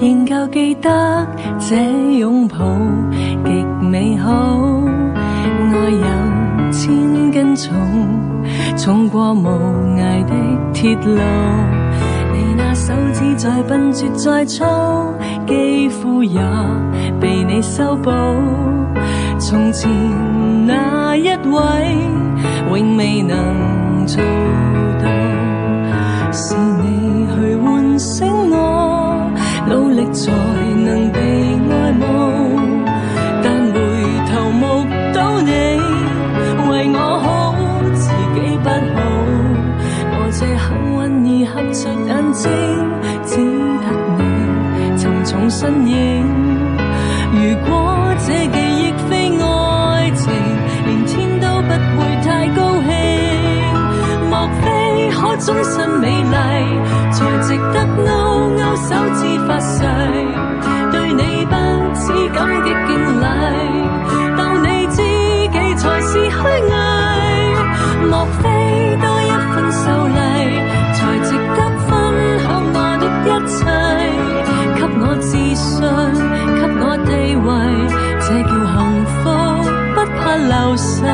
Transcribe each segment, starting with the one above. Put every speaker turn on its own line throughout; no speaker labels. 仍舊記得這擁抱極美好，愛有千斤重，重過無涯的鐵路。你那手指再笨拙再粗，肌膚也被你修補。從前那一位，永未能做到，是你去喚醒我。努力才能被愛慕，但回頭目睹你為我好，自己不好。我這幸運兒合着眼睛，只得你沉重身影。如果這記憶非愛情，連天都不會太高興。莫非可終身美麗？才值得勾勾手指發誓，對你不止感激敬禮，當你知己才是虛偽。莫非多一份秀麗，才值得分享我的一切，給我自信，給我地位，這叫幸福，不怕流逝，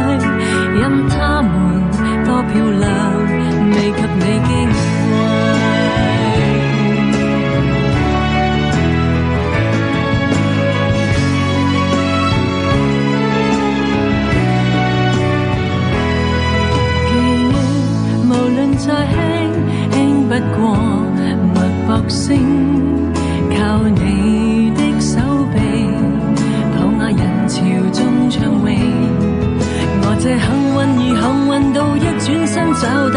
任他們多漂亮，未及你矜貴。再輕輕不過脈搏聲，靠你的手臂，當那人潮中暢泳，我這幸運兒幸運到一轉身找得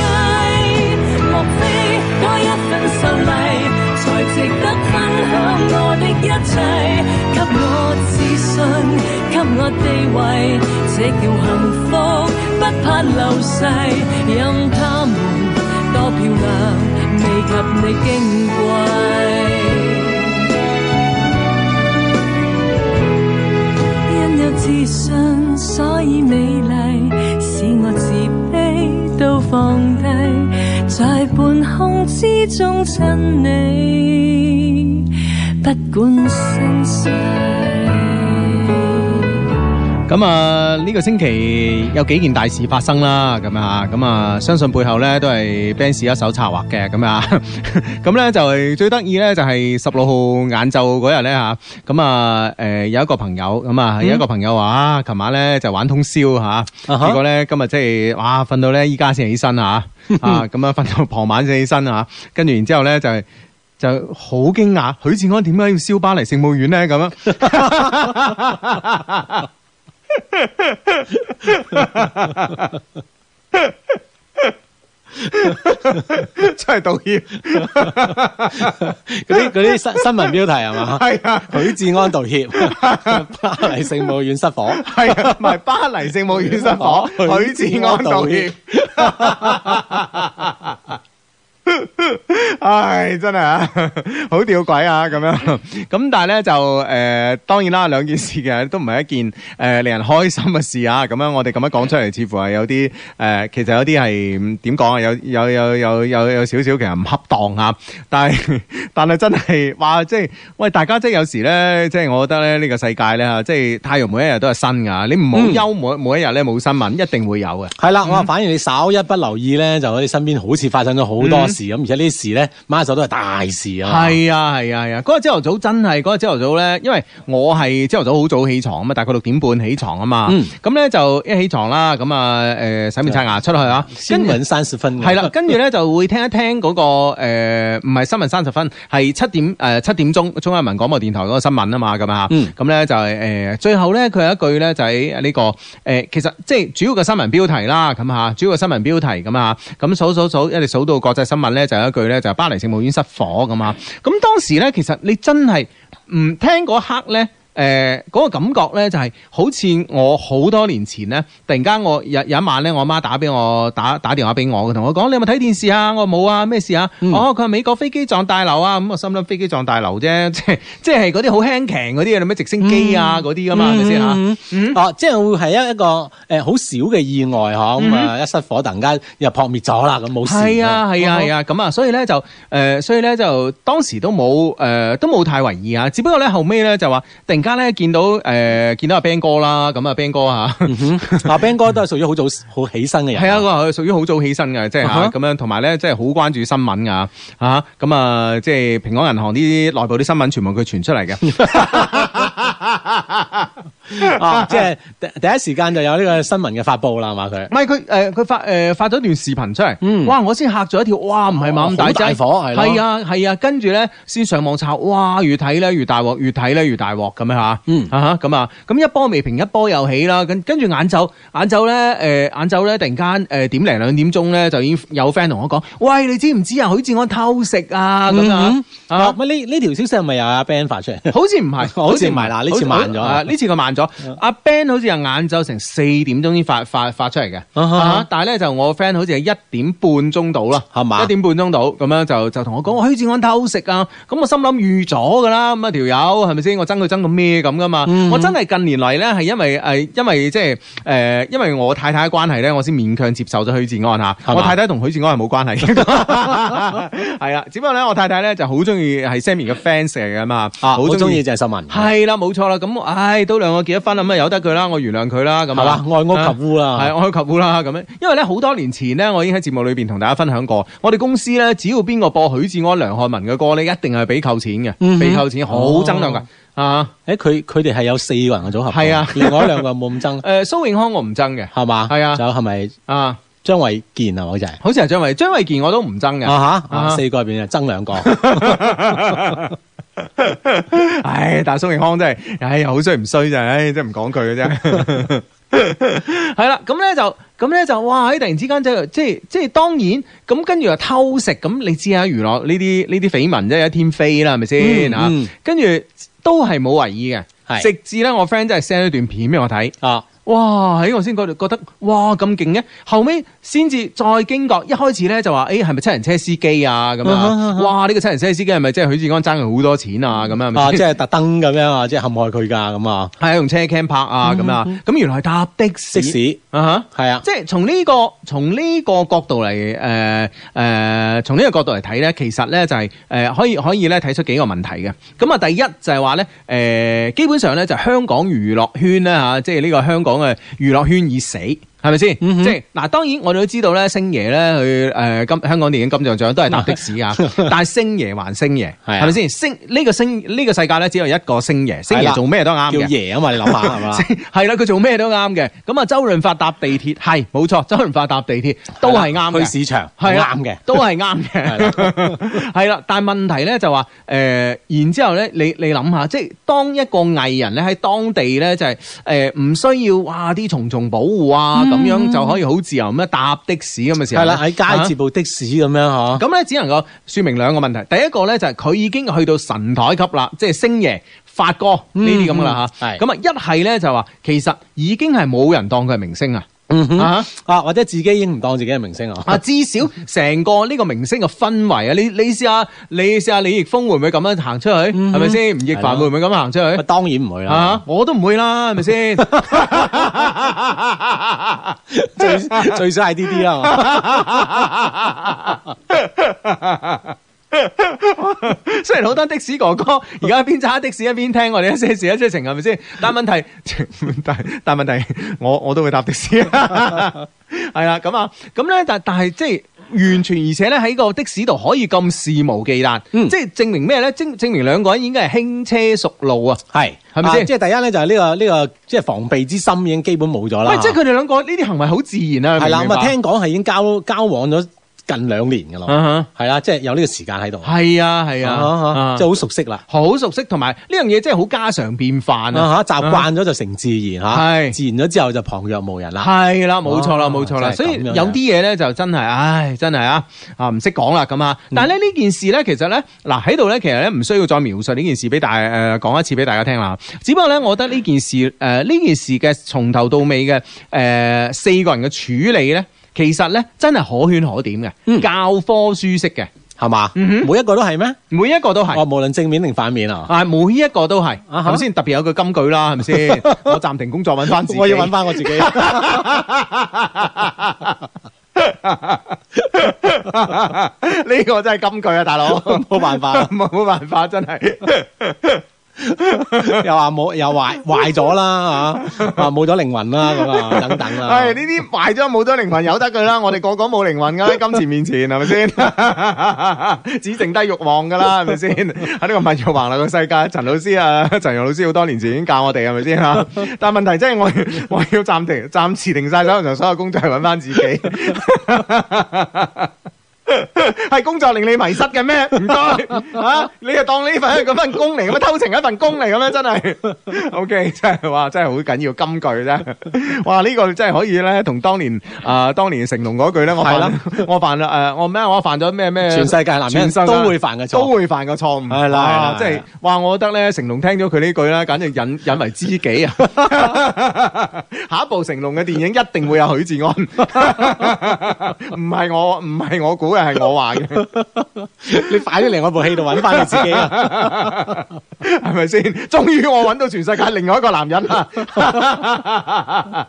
偽，莫非多一份秀麗，才值得分享我的一切，給我自信，給我地位，這叫幸福，不怕流逝，任他們多漂亮，未及你矜貴。自信，所以美麗，使我自卑都放低，在半空之中親你，不管身世。
咁啊，呢個星期有幾件大事發生啦，咁啊，咁啊，相信背後咧都係 Benz 一手策劃嘅，咁啊， 咁咧就係最得意咧就係十六號晏晝嗰日咧嚇，咁啊誒有一個朋友，咁啊有一個朋友話啊，琴晚咧就玩通宵嚇，結果咧今日即係哇瞓到咧依家先起身嚇，啊咁啊瞓到傍晚先起身嚇，跟住然之後咧就係。就好驚訝，許志安點解要燒巴黎聖母院咧？咁啊樣， 出嚟道歉，
嗰 啲嗰啲新 新聞標題係嘛？
係啊，
許志安道 歉，巴黎聖母院失火，
係 啊，唔係巴黎聖母院失火， 許志安道歉。 唉，真係啊， 好吊詭啊，咁樣 咁，但係咧就誒、呃，當然啦，兩件事嘅都唔係一件誒、呃、令人開心嘅事啊。咁樣我哋咁樣講出嚟，似乎係有啲誒、呃，其實有啲係點講啊？有 有有有有有少少其實唔恰當啊。但係 但係真係話即係喂，大家即係有時咧，即係我覺得咧呢、呢個世界咧嚇，即係太陽每一日都係新㗎。你唔好憂每、每一日咧冇新聞，一定會有嘅。
係啦，我話反而你稍一不留意咧，就你身邊好似發生咗好多事咁，而且呢啲事咧，孖手都係大事啊。
嗯係啊係啊係啊！嗰日朝頭早真係嗰日朝頭早咧，因為我係朝頭早好早起床啊嘛，大概六點半起床啊嘛。
嗯
咁咧就一起床啦，咁啊誒洗面刷牙出去啊，
新
跟住
聞三十分嘅
係啦，跟住咧就會聽一聽嗰、個誒唔係新聞三十分，係七點誒七點鐘中央人民廣播電台嗰個新聞啊嘛，咁啊，
嗯
咁咧就係、誒、最後咧佢有一句咧就喺呢、個誒、其實即係主要嘅新聞標題啦，咁嚇主要嘅新聞標題咁啊，咁數數數一直數到國際新聞咧就有一句咧就係嗯巴黎聖母院失火咁啊，咁當時咧其實你真係唔聽嗰刻咧。誒嗰個感覺咧，就係、好似我好多年前咧，突然間我有有一晚咧，我媽打俾我打打電話俾我，佢同我講：你有冇睇電視啊？我話冇啊，咩事啊？哦，佢話美國飛機撞大樓啊，咁我心諗飛機撞大樓啫， 即係即係嗰啲好輕騎嗰啲啊，咩直升機啊嗰啲噶嘛，係咪先嚇？
嗯嗯哦，即係會係一一個誒好少嘅意外嗬，咁啊一失火突然間又撲滅咗啦，咁冇事。
嗯
哦
係啊，係啊，係啊，咁啊，所以咧就誒、呃所以咧就當時都冇誒、呃都冇太為意啊。只不過咧後尾咧就話，突然間咧見到誒、呃、見到阿 Ben 哥啦，咁啊 Ben 哥嚇，
嗯哼阿 Ben 哥都係屬於好早好起身嘅人。
係啊，佢話佢屬於好早起身嘅，即係
啊哈
嚇咁樣，同埋咧即係好關注新聞㗎嚇，咁啊即係平安銀行啲內部啲新聞全部佢傳出嚟嘅。
啊，即係第第一時間就有呢個新聞嘅發布啦，係嘛佢
唔。係佢誒佢發誒、呃、發咗段視頻出嚟，
嗯
哇！我先嚇咗一跳，哇！唔係嘛
哦
咁大劑，
好大火係咯
係啊係啊，跟住咧先上網查，哇！越睇咧越大鑊，越睇咧越大鑊咁樣嚇，
嗯
啊哈咁啊，咁一波未平一波又起啦，跟跟住晏晝晏晝咧誒晏晝咧突然間誒、呃、點零兩點鐘咧就已經有 friend 同我講，喂你知唔知啊許志安偷食啊咁啊
嗯哼啊，
啊！
乜呢呢條消息係咪由阿 Ben 發 出嚟？
好似唔係，
好似唔係啦呢次慢咗嗯
啊呢次佢慢咗。阿 Ben 好似係晏晝成四點鐘先發發發出嚟嘅，
啊哈
啊但係咧就我 friend 好似係一點半鐘到啦，
係嘛
一點半鐘到咁樣就就同我講，我許志安偷食啊！咁我心諗預咗㗎啦，咁啊條友係咪先？我憎佢憎到咩咁㗎嘛？
嗯
我真係近年嚟咧係因為誒，因為即係誒，因為我太太嘅關係咧，我先勉強接受咗許志安嚇。
係嘛
我太太同許志安係冇關 係嘅，係啦。只不過咧，我太太咧就好中意係 Sammy 嘅 fans 嚟㗎嘛，
啊，好
鍾
中意鄭秀文，
係啦，冇錯啦。咁唉，都兩個結咗婚啦，咁啊由得佢啦，我原諒佢啦，咁
係
啊
嘛，愛屋及烏啦，
係啊我去及烏啦咁樣，因為咧好多年前咧，我已經喺節目裏邊同大家分享過，我哋公司咧只要邊個播許志安、梁漢文嘅歌咧，一定係俾扣錢嘅，
嗯哼
俾扣錢好憎兩噶啊！
誒佢佢哋係有四個人嘅組合，
係啊，
另外一兩個冇咁 爭，
誒，呃蘇永康我唔憎嘅
係嘛？
係啊
仲有係咪
啊，
張衛健啊？好似係
好似係張衛張衛健我都唔憎嘅。
啊嚇，
啊
啊四個入邊就爭 兩個，啊
唉，但係蘇永康真係，唉，好衰唔衰就係，唉，真係唔講佢嘅啫。係啦，咁咧就，咁咧就，哇！喺突然之間就，即係，即係當然，咁跟住又偷食，咁你知啊，娛樂呢啲呢啲緋聞真係一天飛啦，係咪先
嗯
啊
嗯？
跟住都係冇為意嘅，
係
直至咧我 friend 真係 send 咗段片俾我睇，
啊
哇！喺我先覺得覺得，哇咁勁嘅，後尾先至再驚覺，一開始咧就話，誒係咪七人車司機啊咁
啊哈啊
啊？
哈
哇！呢、個七人車司機係咪即係許志安爭佢好多錢啊？咁啊？係咪
啊，
先
即係特登咁樣啊，即係陷害佢㗎咁啊，
係啊用車 cam 拍啊咁啊，咁原來係搭的士
即使
啊哈
係啊，
即係從呢個從呢個角度嚟誒誒，從呢個角度嚟睇咧，其實咧就係、誒、可以可以咧睇出幾個問題嘅。咁啊，第一就係話咧誒，基本上咧就香港娛樂圈咧嚇、即係呢個香港嘅娛樂圈已死。係咪先？
嗯
即係嗱，當然我哋都知道咧，星爺咧去誒金香港電影金像獎都係搭的士 啊，但係星爺還星爺，
係啊
係咪先？星呢個星呢個世界咧，只有一個星爺，星
係
爺
啦
做咩都啱
叫
嘅。
爺啊嘛，你諗 下係嘛？
係啦，佢做咩都啱嘅。咁啊，周潤發搭地鐵係冇錯，周潤發搭地鐵都係啱嘅。
去市場
係啊啦
啱嘅，
都係啱嘅，係啦。但係問題咧就話，誒、然之後咧，你你諗下，即係當一個藝人咧喺當地咧就係誒唔需要哇啲重重保護啊，咁、樣就可以好自由咁樣搭的士咁嘅時候
嗯係
呢，啊
啦，喺街接部的士咁樣嗬，
咁咧只能夠説明兩個問題。第一個咧就係佢已經去到神台級啦，即係星爺、發哥呢啲咁噶啦嚇。
嗯係
咁啊，一係咧就話其實已經係冇人當佢係明星啊。
嗯哼
啊
啊，或者自己已經唔當自己係明星
啊！
啊，
至少成個呢個明星嘅氛圍啊，你你試下，你試下李易峰會唔會咁樣行出去？係咪先？吳亦
嗯係
凡會
咯
唔會咁樣行出去？
當然唔會啦
啊！，我都唔會啦，係咪先？
最 最少係 呢啲啦。
雖然好多的士哥哥而家一邊揸的士一邊聽我哋一些事一些情係咪先？但問題， 但但問題，我我都會搭的士， 係啦咁啊，咁咧但但係即係。完全，而且咧喺個的士度可以咁肆無忌憚，
嗯
即係證明咩咧？證證明兩個人已經係輕車熟路啊！
係
係咪先
啊即係第一咧，就係呢個呢個即係防備之心已經基本冇咗啦。
喂，即係佢哋兩個呢啲行為好自然啊！
係啦，
明唔
咁
明
啊
白
聽講係已經交交往咗近兩年㗎咯，
啊
係啦，即係有呢個時間喺度，
哈，係啊係
啊哈
啊，
即係
就
好熟悉啦。
好熟悉，同埋呢樣嘢真係好家常便飯啊！
啊嚇，習慣咗就成自然嚇，
係
自然咗之後就旁若無人啦。
係啦，冇錯啦，
啊
冇錯啦，
真
所
係
以
咁樣
有啲嘢咧就真係，唉，真係啊，啊唔識講啦咁啊。
嗯
但係咧呢件事咧，其實咧嗱喺度咧，其實咧唔需要再描述呢件事俾大誒講、一次俾大家聽啦。只不過咧，我覺得呢件事呃誒呢、件事嘅從頭到尾嘅誒、呃四個人嘅處理咧，其實咧真係可圈可點嘅，
嗯
教科書式嘅，
係嘛？
嗯哼
每一個都係咩？
每一個都係
哦，。無論正面定反面啊，
啊，每一個都係，
啊哈
咁先特別有句金句啦，係咪 先？我暫停工作揾翻自己，
我要揾翻我自己。
呢個真係金句啊，大佬，
冇辦法啦
冇冇辦法，真係。
又話冇，又壞壞咗啦嚇，啊冇咗靈魂啦咁啊，等等啦。
係呢啲壞咗冇咗靈魂，由得佢啦。我哋個個冇靈魂噶啦，喺金錢面前係咪先？ 只剩低欲望噶啦，係咪先？啊喺呢個物欲橫流嘅世界，陳老師啊， 陳陽老師好多年前已經教我哋係咪先嚇？但係問題真係我要我要暫停，暫時停晒手頭上所有工作，係揾翻自己。 係工作令你迷失嘅咩？唔 該啊！你就當呢份係嗰份工嚟，咁樣偷情一份工嚟咁樣，真係 OK，真係哇，真係好緊要金句啫！哇，呢、個真係可以咧，同當年啊、當年成龍嗰句咧，我
係
犯
啦
我犯啦誒、我咩？我犯咗咩咩？
全世界男
全
人
世界
都會犯嘅錯，
都會犯個錯誤，
係啦
哇
係啦
即
係
係
啦
哇！我覺得咧，成龍聽咗佢呢句啦，簡直引引為知己啊！ 下一部成龍嘅電影一定會有許志安， 唔係我唔係我估嘅，係我話嘅，
你快啲嚟我部戲度揾翻你自己啊！
係咪先？終於我揾到全世界另外一個男人啦！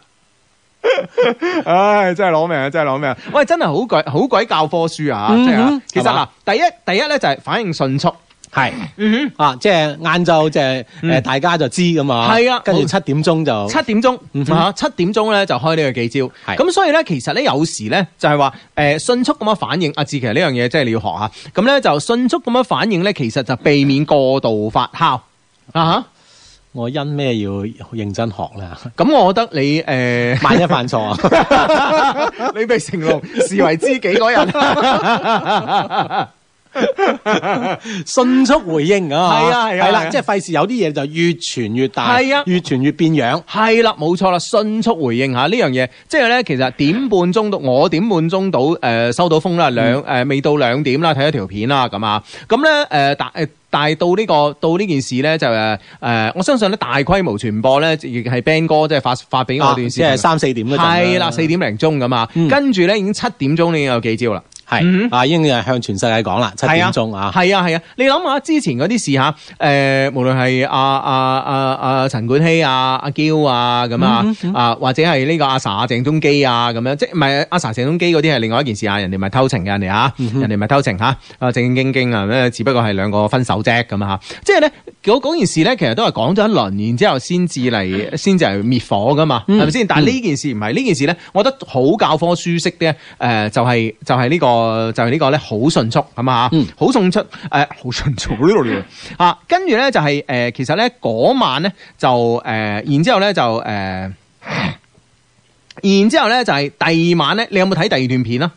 唉，真係攞命啊！真係攞命啊！喂，真係好鬼好鬼教科書啊！即係啊
嗯哼
其實
係
嗱
嘛，
第一第一咧就係反應迅速，
係
嗯哼。
啊，即係晏晝即係誒
嗯
大家就知咁啊，
係啊
跟住
冇
七點鐘就
七點鐘
嗯哼
嚇，七點鐘咧就開呢個記招。
係
咁所以咧，其實咧有時咧就係話誒迅速咁樣反啊應。阿志其實呢樣嘢真係你要學下。咁咧就迅速咁樣反應咧，其實就避免過度發酵啊
我因咩要認真學 咧？
嚇。咁我覺得你誒。呃
萬一犯錯啊，
你被成龍視為知己嗰人，
迅速回應啊！
係啊係啊
係
係啊
啦，即係費事有啲嘢就越傳越大，
係啊
越傳越變樣。
係啦，冇錯啦，迅速回應下呢樣嘢，即係咧，其實點半鐘到，我點半鐘到，誒、收到風啦，兩
嗯
誒、未到兩點啦，睇咗條片啦，咁啊，咁咧誒大誒但係到呢、個到呢件事咧就誒誒、呃我相信咧大規模傳播咧，亦係 Ben 哥即係發發俾我
啊
段
即
視頻
係三四點嗰陣啊
係啦，四點零鐘咁啊，
嗯
跟住咧已經七點鐘已經有記招啦。嗯
係啊，已經係向全世界講啦，七
係
點鐘啊，
係啊係啊，你諗下之前嗰啲事吓，誒，無論係阿阿阿阿陳冠希啊、阿嬌啊咁啊，
嗯
啊或者係呢個阿 sa 鄭中基啊咁樣，即係唔係阿 sa 鄭中基嗰啲係另外一件事啊，人哋咪偷情嘅人哋啊，
嗯
人哋咪偷情吓，啊正正經經啊，咩只不過係兩個分手啫咁啊，即係咧嗰嗰件事咧，其實都係講咗一輪，然之後先至嚟，先至係滅火噶
嗯
嘛，係咪先？但係呢件事唔係呢件事咧，我覺得好教科書式咧，誒、就係、就係、呢、個就係、呢個咧好迅速咁啊，
嗯
好、迅速誒好迅速呢度 嚟啊，跟住咧就係、誒、其實咧嗰晚咧就誒、然之後咧就誒。然之後咧就係第二晚咧，你有冇睇第二段片啊？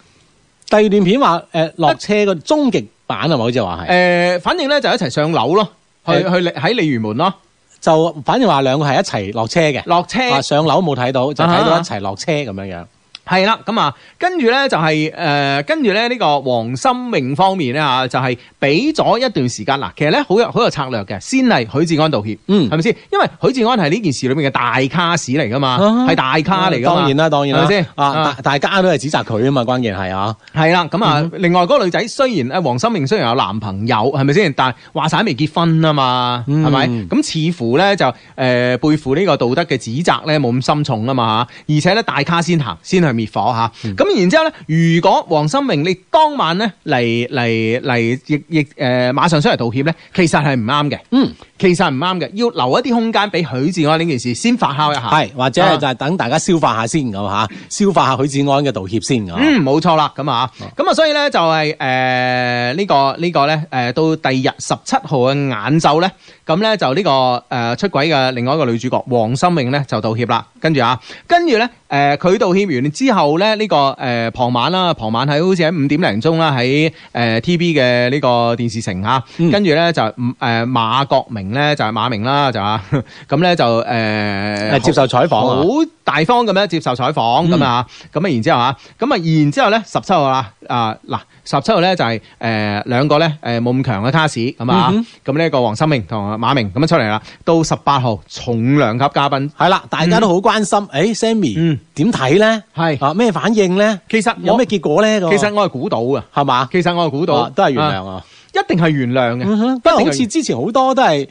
第二段片話誒落車個終極版係啊咪？好似話
誒、
係，
呃反正咧就一齊上樓咯，去去
誒
喺鯉魚門咯，
就反正話兩個係一齊落車嘅。
落車
啊！上樓冇睇到，就睇
啊
到一齊落車咁樣樣。
係啦，咁啊，跟住咧就係、誒、跟住咧呢個黃心穎方面咧嚇，就係俾咗一段時間嗱，其實咧好有好有策略嘅，先係許志安道歉，
嗯
係咪先？因為許志安係呢件事裏面嘅大卡士嚟噶嘛，
啊
係、大咖嚟噶嘛，
當然啦，當然
係
啦，
咪先
啊，大大家都係指責佢啊嘛，關鍵係啊，
係啦，咁啊，另外嗰個女仔雖然誒黃心穎雖然有男朋友，係咪先？但係話晒未結婚啊嘛，
嗯
係咪？咁似乎咧就誒、呃背負呢個道德嘅指責咧冇咁深重啊嘛嚇，而且咧大咖先行先去滅火嚇。
嗯
咁、然之後咧，如果黃心穎你當呃晚咧嚟嚟嚟亦亦誒馬上出嚟道歉咧，其實係唔啱嘅。
嗯，
其實唔啱嘅，要留一啲空間俾許志安呢件事先發酵一下。
係或者
啊
係就係等大家消化下先咁吓，消化下許志安嘅道歉先咁。
嗯，冇錯啦，咁啊，
哦
咁啊，所以咧就係誒呢個呢個咧誒、到第二日十七號嘅晏晝咧，咁咧就呢、個誒、出軌嘅另外一個女主角黃心穎咧就道歉啦，跟住啊，跟住咧誒佢道歉完之後咧，呢、個誒、傍晚啦，傍晚喺好似喺五點零鐘啦，喺誒 TV 嘅呢個電視城嚇，
嗯
跟住咧就誒、馬國明咧就係、馬明啦，就啊 咁咧就呃誒、
誒接受採訪啊，
好大方咁樣接受採
嗯
訪咁啊，咁啊，然之後啊，咁啊，然之後咧，十七號啦，啊嗱，十七號咧就係誒兩個咧誒冇咁強嘅卡士咁啊
嗯，
咁呢一個黃心明同馬明咁啊樣出嚟啦，到十八號重量級嘉賓，
係啦，大家都好關心。誒
嗯
，Sammy 點睇咧？
係
啊，咩反應咧？
其實
有
我
咩結果咧？咁
其實我係估到嘅，
係嘛？
其實我係估到
啊都係原諒啊。
一定係原諒嘅，
嗯哼，不過好似之前好多都係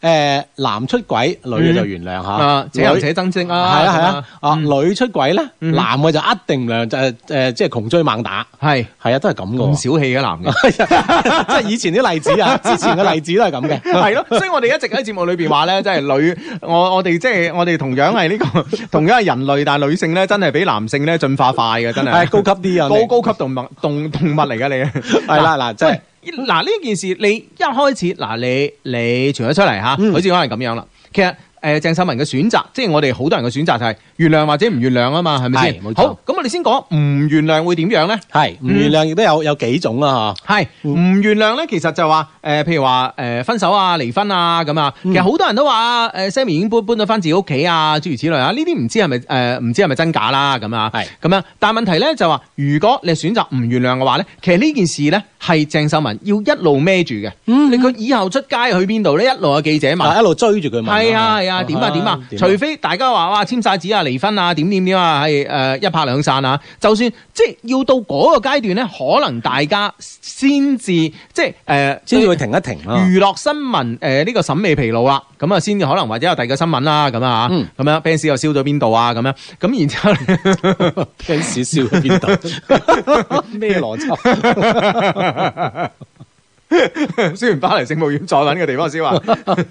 誒男出軌，女嘅就原諒
啊
嚇，
且有且
女
增精
係
啊，
啊係啊，啊女出軌咧，
嗯
男嘅就一定唔諒，就誒誒即係窮追猛打，
咁樣，係
係啊，都係咁
咁
嘅
小氣嘅男嘅。
喎，即係以前啲例子 啊，之前嘅例子都係咁 嘅，
系咯，所以我哋一直喺節目裏边話咧，即係女，我我哋即係我哋同樣係呢、個， 同樣係人類，但系女性咧真係比男性咧進化快嘅，真係
係高級啲啊，你
高高級動物動動物嚟噶 你。
係啦嗱，即係
喂，嗱呢件事你一開始嗱你你傳咗出嚟吓，
嗯
好似可能咁樣啦。其實誒鄭秀文嘅選擇，即係我哋好多人嘅選擇就係原諒或者唔原諒啊嘛，係咪先？
係冇錯
好，咁我哋先講唔原諒會點樣咧？
係唔
嗯
原諒亦都有有幾種啦
係唔原諒咧，其實就話誒、呃譬如話誒、呃分手啊、離婚啊咁啊，其實好多人都話誒、呃 Sammy 已經搬搬咗翻自己屋企啊，諸如此類啊，呢啲唔知係咪誒唔知係咪真假啦咁啊，
係
咁樣。但係問題咧就話，如果你選擇唔原諒嘅話咧，其實呢件事咧係鄭秀文要一路孭住嘅。你佢以後出街去邊度咧，一路有記者
嚇，
問
啊。一路追住佢問，
係啊係啊，點啊點啊，除非大家話哇簽晒紙啊離婚啊點點點啊係誒一拍兩散啊，就算即係要到嗰個階段咧，可能大家先至即係誒。呃
先至會啊停一停啦。
娛樂新聞誒呢個審美疲勞啦，咁啊先至可能或者有第二個新聞啦，咁啊
嗯
咁樣 fans 又燒咗邊度啊，咁樣咁然之後呢
fans 笑 喺邊度？咩邏輯？
雖然巴黎聖母院再揾個地方先話。
啊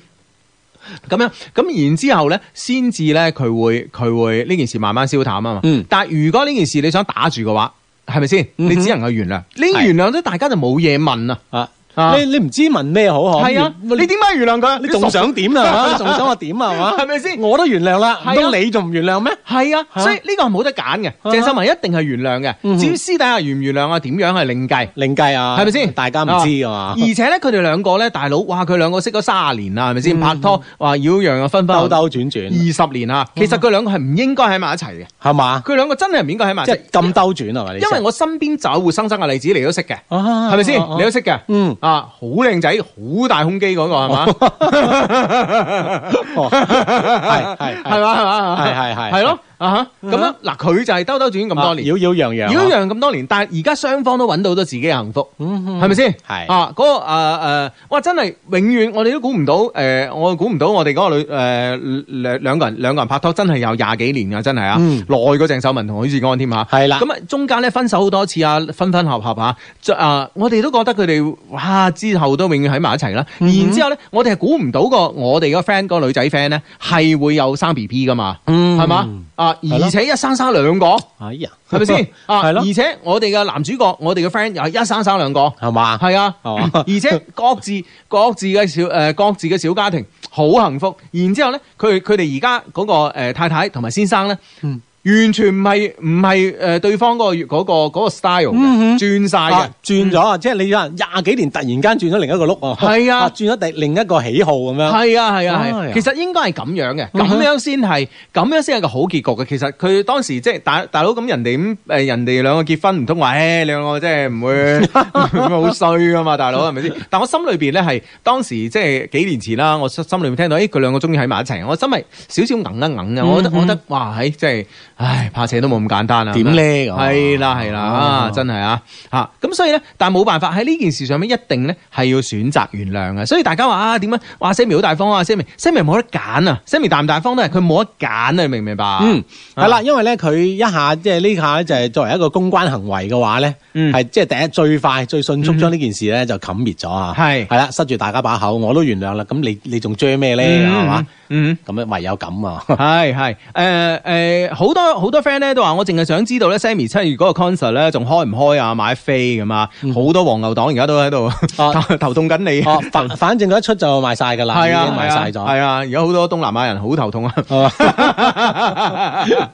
咁樣，咁然之後咧，先至咧佢會佢會呢件事慢慢消淡啊嘛。
嗯
但係如果呢件事你想打住嘅話，係咪先？
嗯哼
你只能夠原諒，你
係
原諒咗大家就冇嘢問啊。
啊！
啊
你你唔知問咩好嗬？
係啊，
哦你
你點解原諒佢？
你仲
傻
想點 啊？嚇仲想我點啊？係嘛？
係咪先
我都原諒啦，
係啊
唔通你仲唔原諒咩？
係啊，
嚇
所以呢個係冇得揀嘅。鄭秀文一定係原諒嘅，
啊嗯哼
至於私底下原唔原諒啊，點樣係另計。
另計啊，
係咪先啊
大家唔知噶嘛
而，且咧，佢哋兩個咧，大佬，哇！佢兩個識咗卅年啦，係咪
嗯
先？拍拖，哇！擾攘啊，分分
兜兜轉
二
轉
十年
嗯
啊，其實佢兩個係唔應該喺埋一齊嘅，
係嘛？
佢兩個真係唔應該喺埋一
即
齊
係。咁兜啊轉係咪？
啊因為我身邊就有活生生嘅例子，你都識嘅，
我係
係咪先？你都識嘅，
啊嗯
啊，好靚仔，好大胸肌嗰個係嘛？
哦係 係
係嘛係嘛
係係係嗯啊
係咯啊哈咁樣嗱，佢就係兜兜轉咁多年，
擾擾攘攘，
一樣咁多年，但係而家雙方都揾到咗自己嘅幸福。
樣
係咪先？
嗯係
啊，嗰、個誒、呃、哇，真係永遠我哋都估唔到誒、呃我估唔到我哋嗰個女誒、呃、兩兩個人兩個人拍拖真係有廿幾年㗎，真係啊，
嗯
耐過鄭秀文同許志安添嚇。
係啦
咁啊中間咧分手好多次啊，分分合合啊，就啊我哋都覺得佢哋哇之後都永遠喺埋一齊啦。
嗯
然之後咧，我哋係估唔到個我哋個 friend 個女仔 friend 咧係會有生 B B 噶嘛，
嗯
係嘛？啊，
係咯
而且一生生兩個。
哎呀，
係咪 先？啊，
係咯
而且我哋嘅男主角，我哋嘅 friend 又係一生生兩個，
係嘛？
係啊，
係嘛
而且各自各自嘅小誒、呃各自嘅小家庭好幸福。然之後咧，佢佢哋而家嗰個、呃、太太同埋先生咧，
嗯
完全唔係唔係誒對方嗰、個嗰、個嗰、個 style 嘅，
嗯哼
轉晒嘅
啊，。轉咗啊！即係你有人廿幾年突然間轉咗另一個碌啊，
係啊
轉咗第另一個喜好咁樣，
係啊係啊係
哎
啊
呀，
其實應該係咁樣嘅，
嗯哼
咁樣先係咁樣先係個好結局嘅。其實佢當時即係大大佬咁人哋咁誒人哋兩個結婚唔通哎話誒兩個即係 唔會唔會好衰噶嘛，大佬係咪先？但我心裏邊咧係當時即係幾年前
嗯
啊啦，我心心裏邊聽到誒佢兩個終於喺埋一齊，我心係少少硬一硬嘅，我覺得我覺得哇喺即係唉，拍扯都冇咁簡單啊。
點咧咁啊
係啦係啦，啊
啊
真係啊嚇！咁所以咧，但冇辦法喺呢件事上面，一定咧係要選擇原諒嘅。所以大家話啊，點啊？哇，Sammy 好大方啊，Sammy，Sammy 冇得揀啊，Sammy 大唔大方都係佢冇得揀啊，你明唔明白？
嗯，
啊
係啦，因為咧佢一下即係呢下咧就係作為一個公關行為嘅話咧，
嗯
係即係第一最快最迅速將呢件事咧就冚滅咗啊！
係
係啦，塞住大家把口，我都原諒啦，咁你你仲追咩咧？
嗯
係嘛？
嗯。
咁樣唯有咁啊！
係係誒誒，好多好多 friend 咧都話，我淨係想知道咧，Sammy 七月嗰個 concert 咧仲開唔開啊？買飛咁啊，好多黃牛黨而家都喺度 頭頭痛緊你。
嗯啊哦， 反反正佢一出就賣晒㗎啦，已
係
經
啊，
賣晒咗。
係啊，而家好多東南亞人好頭痛 啊。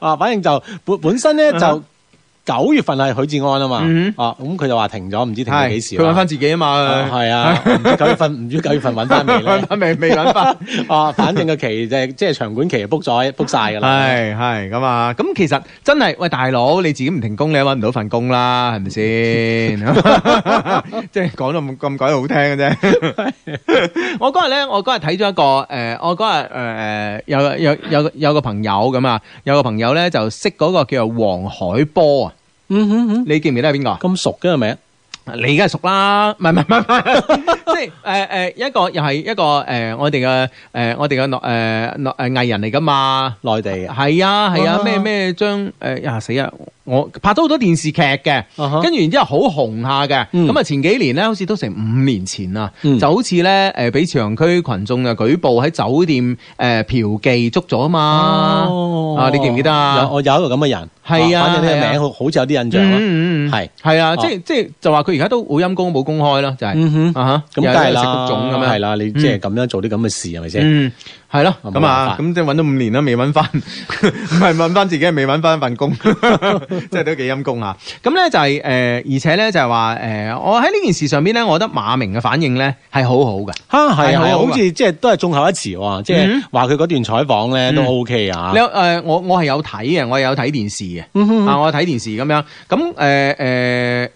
啊，反正就本本身咧就九月份係許志安啊嘛
嗯，
啊咁佢就話停咗，唔知停到幾時
係佢
啦。
揾翻自己啊嘛。
係啊，唔知九月份唔知九月份揾 翻未
揾
咧？
翻 未未揾 翻。
啊，反正個期就係即係場館期 book 咗 book 晒㗎啦。
係係咁啊，咁其實真係喂大佬，你自己唔停工，你都揾唔到份工啦，係咪先？ 即係講到咁咁鬼好聽嘅 啫。我嗰日咧，我嗰日睇咗一個誒、呃我嗰日誒有有有有個朋友咁啊，有個朋友咧就識嗰個叫做黃海波啊，
嗯哼哼，
你記唔記得係邊個啊？
咁熟嘅係咪？
你梗係熟啦，唔係唔係唔係唔係， 即係誒誒一個又係一個誒、呃我哋嘅誒我哋嘅誒誒藝人嚟噶嘛。
內地嘅。
係啊係啊，
啊
咩咩張誒呀死啊！我拍咗好多電視劇嘅，
啊哈
跟住然之後好紅下嘅。
嗯
咁啊前幾年咧，好似都成五年前啦，
嗯
就好似咧誒俾朝陽區群眾啊舉報喺酒店誒嫖妓捉咗啊嘛。
哦
啊你記唔記得啊
有我有一個咁嘅人，
係啊
反正
係
呢
啊
個名好好似有啲印象啊。
嗯嗯嗯，
係
係啊，
哦
即係即係就話佢而家都好陰公冇公開啦，就係
嗯哼，
啊哈
咁梗係
又
啦，
食谷種咁樣
係。啦，你即係咁樣做啲咁嘅事係咪先？
嗯，係咯，
啊
咁啊，
冇辦法
咁即係揾咗五年啦，未揾翻， 唔係揾翻自己，係未揾翻份工， 即係都幾陰功啊！咁咧就係、誒、而且咧就係話誒，我喺呢件事上邊咧，我覺得馬明嘅反應咧係好好嘅，
嚇係
係
啊，
好
好
啊
似即係都係眾口一詞喎，即
嗯
係話佢嗰段採訪咧都 OK 啊
你。有誒、我我係有睇嘅，我係有睇電視嘅。
嗯哼
啊，我睇電視咁樣，咁誒誒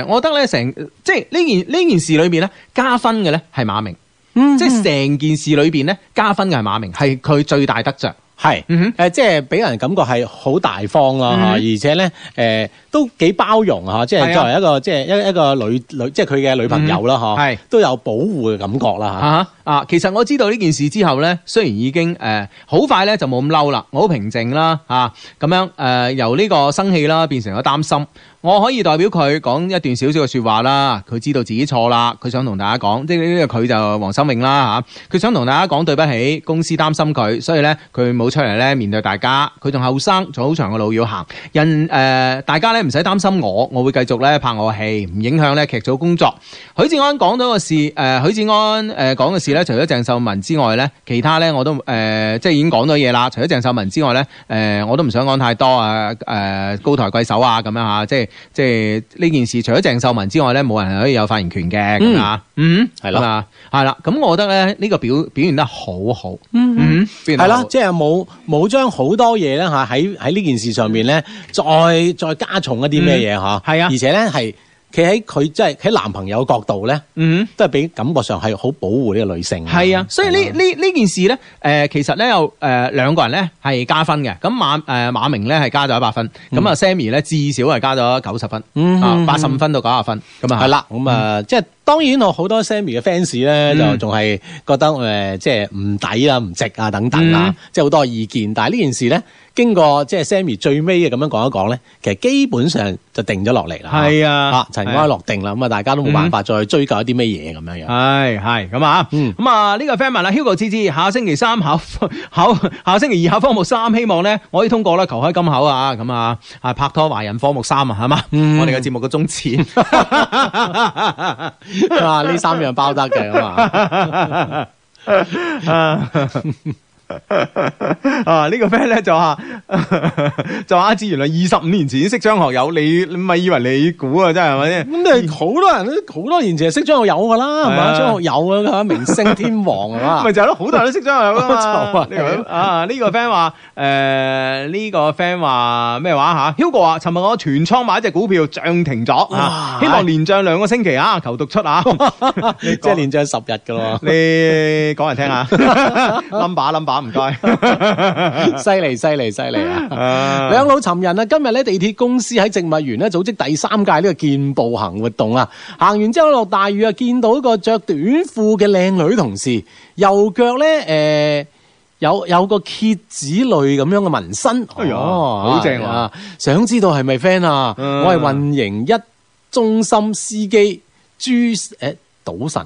誒，我覺得咧成即係呢件呢件事裏邊咧加分嘅咧係馬明，
嗯
即係成件事裏邊咧加分嘅係馬明，係佢最大得着。
係，誒、
嗯
即係俾人感覺係好大方啦、
嗯
嚇而且咧誒、都幾包容嚇、即
係啊
係作為一個即係一一個女女，即係佢嘅女朋友啦嚇，
係
都有保護嘅感覺啦嚇。
啊啊！其實我知道呢件事之後咧，雖然已經誒好、快咧就冇咁嬲啦，我好平靜啦啊咁樣誒、呃由呢個生氣啦變成咗擔心，我可以代表佢講一段少少嘅説話啦。佢知道自己錯啦，佢想同大家講，即係呢個佢就黃心穎啦啊嚇，佢、想同大家講對不起，公司擔心佢，所以咧佢冇出嚟咧面對大家，佢仲後生，仲有好長嘅路要行。人誒、呃大家咧唔使擔心我，我會繼續咧拍我戲，唔影響咧劇組工作。許志安講到個事，誒、許志安誒呃講嘅事咧，除咗鄭秀文之外咧，其他咧我都誒、呃即係已經講咗嘢啦。除咗鄭秀文之外咧，誒、我都唔想講太多啊，誒、高抬貴手啊咁樣嚇，即係即係呢件事，除咗鄭秀文之外咧，冇人係可以有發言權嘅咁啊，嗯，
係咯
咁啊，係啦，咁我覺得咧呢個表表現得好好，嗯，表現得
係
好
啦，即係冇冇將好多嘢咧嚇喺喺呢件事上面咧，再再加重一啲咩嘢嚇？
係啊
而且咧係企喺佢即係喺男朋友嘅角度咧，
嗯。
都係俾感覺上係好保護呢個女性。
係啊，所以呢呢呢件事咧，誒、其實咧有誒兩個人咧係加分嘅，咁馬誒、
嗯
馬明咧係加咗一百分，咁啊 Sammy 咧至少係加咗九十分，
嗯
啊八十五分到九十分，咁啊
係，啦，咁啊，即係當然我好多 Sammy 嘅 fans 咧，
嗯
就仲係覺得誒，即係唔抵啊、唔值啊等等啊
嗯，
即係好多意見。但係呢件事咧，經過即係 Sammy 最尾嘅咁樣講一講咧，其實基本上就定咗落嚟啦。
係啊
啊，塵埃落定啦，咁啊，大家都冇辦法再追究一啲咩嘢咁樣樣。
係係咁啊，
嗯
咁啊呢個 friend 問啦，Hugo 芝芝，下星期三 考考下星期二考科目三，希望咧我可以通過啦，求開金口啊，咁啊啊拍拖懷孕科目三啊，係嘛，
嗯
我哋嘅節目嘅宗 旨。
啊，呢三樣包得嘅咁啊，
啊！啊！呢、個 friend 咧就話 就話阿志原來二十五年前已經識張學友，你你咪以為你估啊，真係係咪先？
咁你好多人都好多年前係識張學友噶啦，係
係啊
嘛？張學友啊，明星天王係嘛
咪？就係咯，好多人都識張學友啊嘛
啊
呢
就係
個啊，呢、個 friend 話誒，呢、個 friend 話咩話吓？Hugo 話，尋日我全倉買一隻股票漲停咗啊，
哇
希望連漲兩個星期啊，求讀出 啊！
即係連漲十日噶咯。
你講嚟聽下 number number
啊，唔 該，犀利犀利犀利啊！
啊
兩老尋人啊！今日咧地鐵公司喺植物園咧組織第三屆呢個健步行活動啊！行完之後落大雨啊，見到一個着短褲嘅靚女同事，右腳咧誒。呃有有個蠍子類咁樣嘅紋身，
哎呀
哦
好正喎！
想知道係咪 friend 啊？
嗯
我係運營一中心司機朱誒、呃、賭神。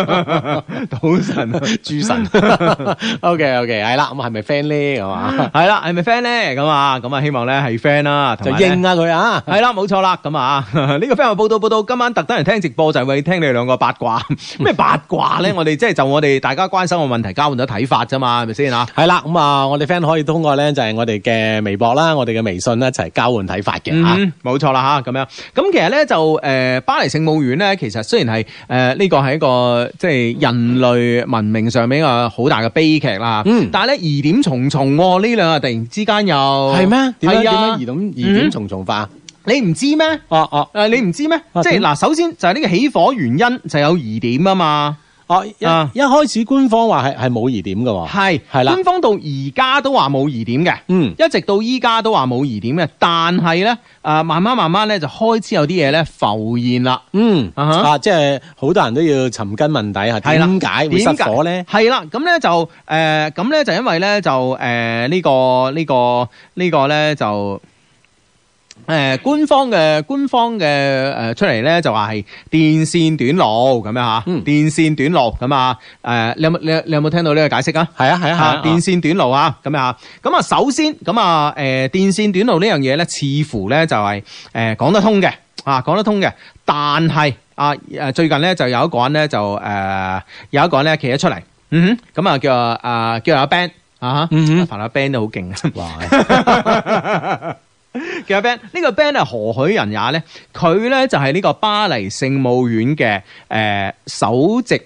賭神啊！
诸 神。OK OK，系啦，咁系咪 friend 咧？係嘛，
系啦，係咪 friend 咧？咁啊，咁啊，希望咧係 friend 啦，
就
同埋呢
應啊佢啊。
系啦，冇錯啦，咁啊， 呢個 friend 話報道報道，今晚特登嚟聽直播就係為聽你哋兩個八卦， 咩八卦 咧？我哋即係就我哋大家關心嘅問題交換咗睇法啫嘛，係咪先啊？
係啦，咁啊，我哋 friend 可以通過咧就係我哋嘅微博啦，我哋嘅微信咧一齊交換睇法嘅吓。
嗯，冇錯啦吓，咁樣。咁其實咧就诶、呃巴黎聖母院咧，其實雖然係诶呢個係一個即係人類文明上面一個好大嘅悲劇啦，
嗯
但係咧疑點重重喎、呢兩日突然之間又
係咩？點樣
係
點
啊
樣疑點疑點重重化？
你唔知咩？
哦哦
诶、你唔知咩？
啊
即係
點
嗱，首先就係呢個起火原因就有疑點啊嘛，
哦，一一
啊
開始官方話係係冇疑點嘅喎。
係
係啦
官方到而家都話冇疑點嘅。
嗯，
一直到依家都話冇疑點嘅，但係咧，啊慢慢慢慢咧就開始有啲嘢咧浮現啦。
嗯
啊哈
啊，即係好多人都要尋根問底啊，
係啦
點解會失火咧？
係啦，咁咧就誒，呃咁、咧就因為咧就呃誒呢、個呢、個呢、個咧就。誒、官方嘅官方嘅誒、呃出嚟咧就話係電線短路咁樣嚇，
嗯
電線短路咁啊誒，你有冇你有你有冇聽到呢個解釋啊？
係啊係啊係
嚇
啊，
電線短路啊，咁啊，咁啊，首先咁啊，誒、電線短路呢樣嘢咧，似乎咧就係、誒、講得通嘅，啊講得通嘅，但係啊誒最近咧就有一個人咧就誒、有一個人咧企咗出嚟，嗯哼，咁啊叫啊、啊叫阿 Ben 啊哈，
嗯哼
彭阿 Ben 都好勁啊。
哇，
嘅 band，呢個 band 係何許人也咧？佢咧就係呢個巴黎聖母院嘅誒、呃首席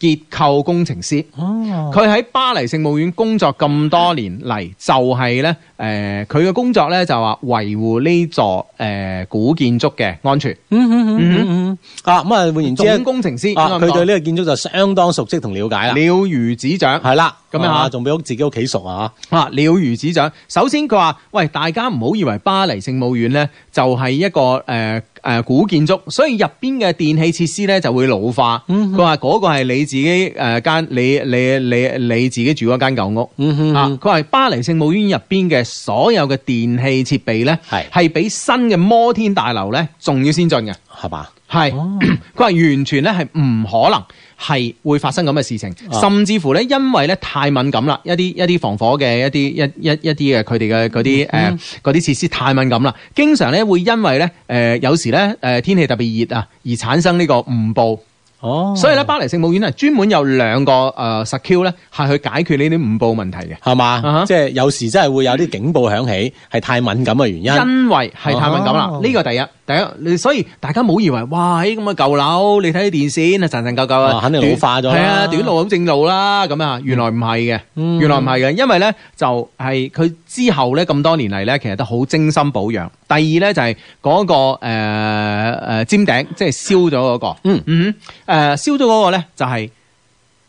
結構工程師。
哦
佢喺巴黎聖母院工作咁多年嚟，就係咧誒佢嘅工作咧就話維護呢座誒、呃古建築嘅安全。
嗯嗯嗯嗯嗯，啊咁啊，換言之
總工程師，
啊，
應該
佢
咁
對
講
呢個建築就相當熟悉同了解啦。
了如指掌。
係啦，
咁樣啊
啊，仲比屋自己屋企熟啊。
啊，了如指掌。首先佢話：喂，大家唔好以為巴黎聖母院咧就係、一個誒誒、呃呃古建築，所以入邊嘅電器設施咧就會老化。
嗯
佢話嗰個係你自己誒、呃、間，你你你你自己住嗰間舊屋。
嗯哼
啊，佢話巴黎聖母院入邊嘅所有嘅電器設備咧，
係
係比新嘅摩天大樓咧仲要先進嘅。
係嘛？
係，
哦
佢話完全咧係唔可能係會發生咁嘅事情，
啊
甚至乎咧因為咧太敏感啦，一啲一啲防火嘅一啲一一一啲嘅佢哋嘅嗰啲
嗯
誒嗰啲設施太敏感啦，經常咧會因為咧誒、呃有時咧誒、呃天氣特別熱啊，而產生呢個誤報，
哦
所以咧巴黎聖母院係專門有兩個呃誒 secure 咧係去解決呢啲誤報問題嘅。
係
啊哈
嘛，即係有時真係會有啲警報響起，係太敏感嘅原因。
因為係太敏感啦，
哦
呢個第一，第一，你所以大家冇以為哇，咦咁嘅舊樓，你睇啲電線啊，陣陣舊舊啊
哇，肯定老化咗啦
係啊，短路咁正路啦，咁啊，原來唔係嘅，
嗯
原來唔係嘅，因為咧就係佢之後咧咁多年嚟咧，其實都好精心保養。第二咧就係嗰個誒誒尖頂，即係燒咗嗰個，
嗯
嗯哼，誒燒咗嗰個咧就係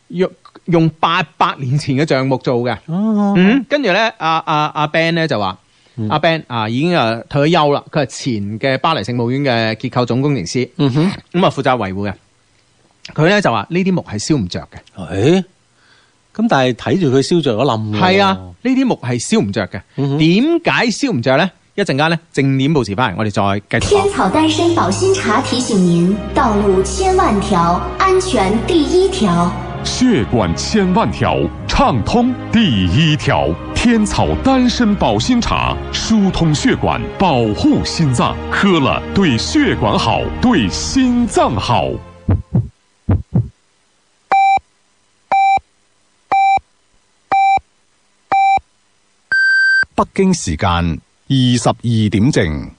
用用八百年前嘅橡木做嘅。
哦，
嗯，跟住咧，阿阿阿 Ben 咧就話，
嗯
阿 Ben 啊已經啊退咗休啦，佢係前嘅巴黎聖母院嘅結構總工程師，
嗯哼，
咁啊負責維護嘅。佢咧就話呢啲木係燒唔着嘅，
誒，咁但係睇住佢燒着咗冧喎
係啊，呢啲木係燒唔着嘅。
哦嗯哼
點解燒唔着咧？一陣間咧正點報時翻嚟，我哋再繼續
天
講。
草丹参保心茶提醒您：道路千万条，安全第一条。
血管千万条，畅通第一条。天草丹参保心茶，疏通血管，保护心脏。喝了对血管好，对心脏好。
北京時間二十二點正。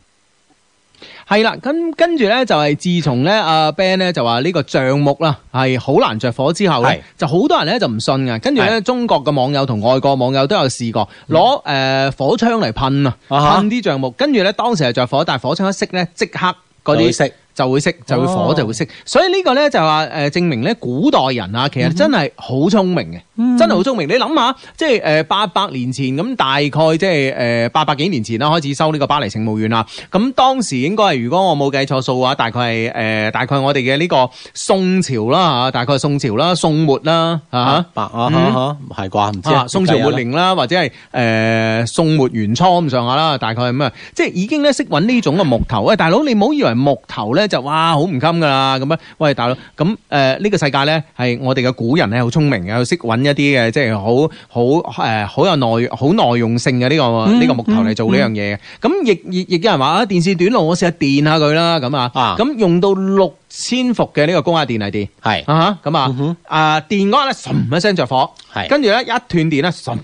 係啦，跟跟住咧就係自從咧阿 Ben 咧就話呢個橡木啦係好難着火之後咧，就好多人咧就唔信嘅。跟住咧中國嘅網友同外國網友都有試過攞誒、呃火槍嚟噴啊，
嗯啊哈
噴啲橡木，跟住咧當時係着火，但係火槍一熄咧即刻嗰
就會
啲
熄
就會識，就會火
哦
就會識。所以呢個咧就話誒證明咧，古代人啊，其實真係好聰明嘅，真係好聰明。你諗下，即係誒八百年前咁，大概即係誒八百幾年前啦，開始修呢個巴黎聖母院啦。咁當時應該係如果我冇計錯數嘅話，大概係誒、呃大概我哋嘅呢個宋朝啦嚇，啊大概係宋朝啦、宋末啦嚇。
啊，白啊
嗯
啊係啩？唔知
啊，
啊
宋朝末，年啦，或者係誒、呃宋末元初咁上下啦，大概係咩？即係已經咧識揾呢種嘅木頭。喂，大佬你唔好以為木頭咧就哇好唔襟㗎啦咁樣。啊喂，大佬咁誒呢個世界咧係我哋嘅古人咧好聰明嘅，識揾一啲嘅即係好好誒好有耐好耐用性嘅呢、個
嗯
呢、個木頭嚟做呢樣嘢嘅。咁亦亦亦有人話啊，電視短路我試下電下佢啦咁啊
啊，
咁用到六千伏嘅呢個高壓電嚟電。
係
啊哈咁啊
嗯哼，
啊電嗰咧，唰一聲着火，
係
跟住咧一斷電咧，唰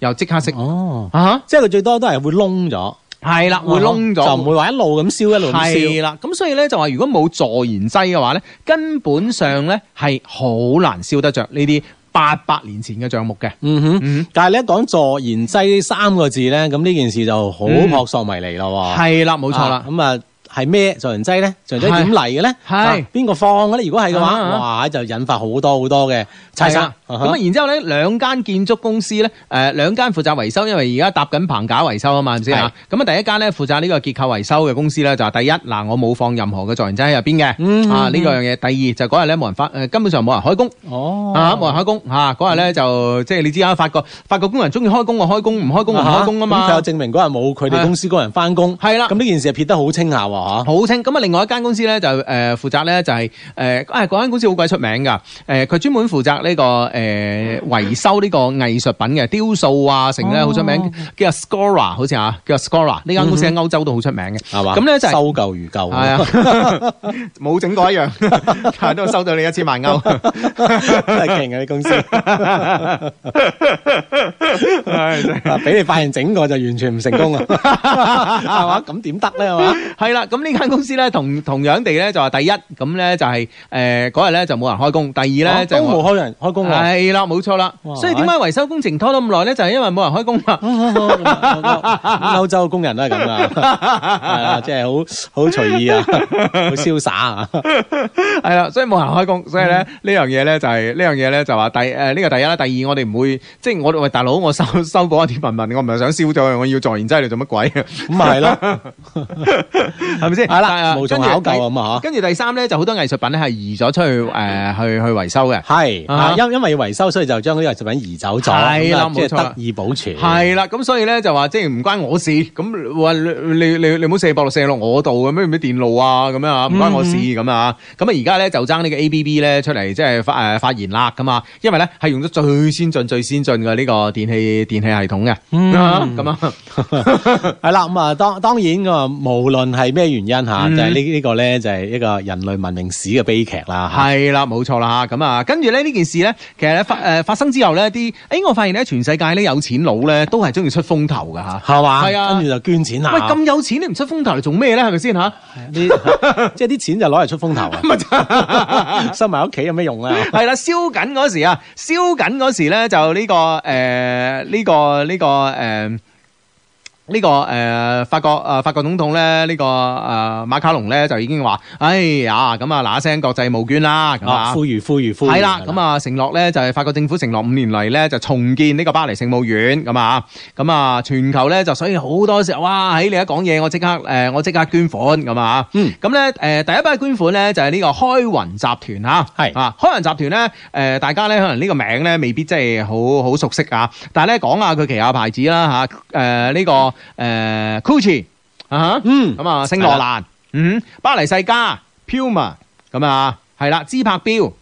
又即刻熄，
哦，
啊
即係佢最多都係會窿咗，哦
哈，係啦，會窿
就唔
咗。
會話一路咁燒一路咁
係
燒。
啦，咁所以咧就話，如果冇助燃劑嘅話咧，根本上咧係好難燒得着呢啲八百年前嘅橡木嘅。嗯
嗯哼，但係你一講助燃劑呢三個字咧，咁呢件事就好
嗯
撲朔迷離咯喎。
係啦，冇錯
啊
啦，
咁啊，係咩助燃劑咧？助燃劑點嚟嘅咧？
係
啊邊個放嘅咧？如果係嘅
啊啊
話，哇，就引發好多好多嘅猜
係
測
啦。咁啊，然之後咧，兩間建築公司呃咧，誒兩間負責維修，因為而家搭緊棚架維修啊嘛，係咪先啊？咁啊，第一間咧負責呢個結構維修嘅公司咧，就係第一嗱，我冇放任何嘅助燃劑喺入邊嘅，啊呢個樣嘢。第二就嗰日咧冇人發，誒根本上冇人開工。
哦
啊！冇人開工嚇，嗰日咧就即係你知啦，法國法國工人中意開工就開工，唔開工就唔開工啊嘛。
咁佢有證明嗰日冇佢哋公司嗰人翻工，
係啦
咁呢件事係撇得好清下喎，嚇。
好清咁啊！另外一間公司咧就誒、呃、負責咧就係、誒、啊嗰間公司好鬼出名㗎誒佢專門負責呢、個誒、呃、維修呢個藝術品嘅雕塑啊，成咧好出名，叫 Scora 好似啊，叫 Scora 呢間公司喺歐洲都好出名嘅，
係嘛？
咁咧就係
收夠如夠。
係啊， 冇整 過一樣，但係都收到你一千萬歐。
真係勁啊！啲公司，啊俾你發現整個就完全唔成 功啊，係嘛？咁點得咧？係嘛？
係啦，咁呢間公司咧同同樣地咧就話第一咁咧就係誒嗰日咧就冇人開工，第二咧就
哦都冇
係
開人開工啊！
係啦，冇錯啦。
哇哎
所以點解維修工程拖咗咁耐咧？就係因為冇人開工啊 嘛。
哦啊歐洲工人都係咁啊， 係啊，即係好好隨意啊，好瀟灑啊，
係啦，所以冇人開工，所以咧
嗯
呢樣嘢咧就係呢樣嘢咧就話第誒呢個第一啦，第二我哋唔會即係我喂大佬，我收 收嗰一啲文物，我唔係想燒咗佢，我要助燃劑嚟做乜 鬼啊？
咁咪係咯，
係咪先？
係啦
但係
無從
跟住
考究咁啊嚇
第跟住第三咧就好多藝術品咧係移咗出去誒去去維修嘅。
係
啊
啊，因因為要維修，所以就將呢個作品移走咗，
係啦
咁啊即
冇錯
係
啦
得以保存，
係啦，咁所以咧就話即係唔關我事，咁話你你你你唔好射博落射落我度咁咩咩電路啊咁樣啊，唔關
嗯
我事咁啊，咁啊而家咧就爭呢個 A B B 咧出嚟即係發誒發言啦咁啊，因為咧係用咗最先進最先進嘅呢個電器電器系統嘅，
嗯
啊咁啊
係啦，咁啊，當當然咁啊，無論係咩原因嚇，
嗯
就係呢呢個咧，就係一個人類文明史嘅悲劇啦嚇。
係啦，冇錯啦嚇，咁啊跟住咧呢件事咧，其實咧發誒發生之後咧啲，誒我發現咧全世界咧有錢佬咧都係中意出風頭㗎嚇。
係嘛？
係啊
跟住就捐錢啊！
喂， 咁有錢你唔出風頭嚟做咩咧？係咪先嚇？
啲即係啲錢就攞嚟出風 頭啊！收埋喺屋企有咩用啊？
系啦，燒緊嗰時啊，燒緊嗰時咧就呢、個誒呢、個呢、個誒。呃呢、個誒、呃法國誒、法國總統咧，呢、個誒、馬卡龍咧就已經話：，哎呀，咁啊嗱嗱聲國際募捐啦，咁
啊，
啊，
呼籲呼籲呼籲！
係啦，咁
啊，
啊承諾咧就係法國政府承諾五年嚟咧就重建呢個巴黎聖母院，咁啊，咁啊全球咧就所以好多時候，哇，喺你一講嘢，我即刻誒、呃我即刻捐款咁啊，
嗯
咁咧誒第一筆捐款咧就係呢個開雲集團嚇，
係
啊開雲集團咧誒、大家咧可能呢個名咧未必真係好好熟悉啊，但係咧講下佢旗下牌子啦嚇，誒、呢、個誒、Gucci 啊哈
嗯，
咁啊，聖羅蘭，嗯，巴黎世家，Puma，咁啊，係啦，芝柏錶，誒誒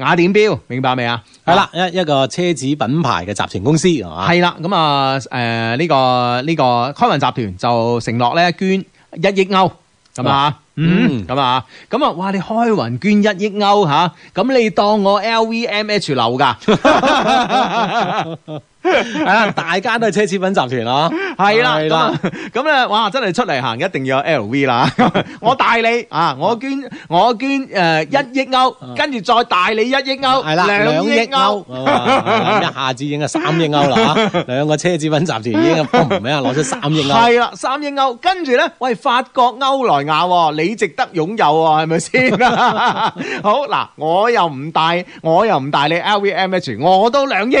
雅典錶，明白未啊？
係啦，一一個奢侈品牌嘅集團公司係 嘛？
係啦，咁啊誒呢個呢個開運集團就承諾咧捐一億歐，咁啊。嗯，
嗯
咁啊，咁啊，哇！你開雲捐一億歐吓，咁你當我 LVMH 流噶？
係啦，大家都係奢侈品集團啊！
係啦，
係
咁
啦
啊， 咁咧，哇！真係出嚟行一定要有 LV 啦， 我大你啊，我捐我捐誒一億歐，跟住再大你一億歐，
係啦，兩
兩
億
億歐
歐，，係嘛啊一下子已經係三億歐 啦嚇，兩個奢侈品集團已經砰一下攞出三億歐。
係啦，三億歐，跟住咧，喂，法國歐萊雅喎，你值得擁有啊，係咪先？ 好嗱，我又唔大，我又唔大你 LVMH，我都兩億。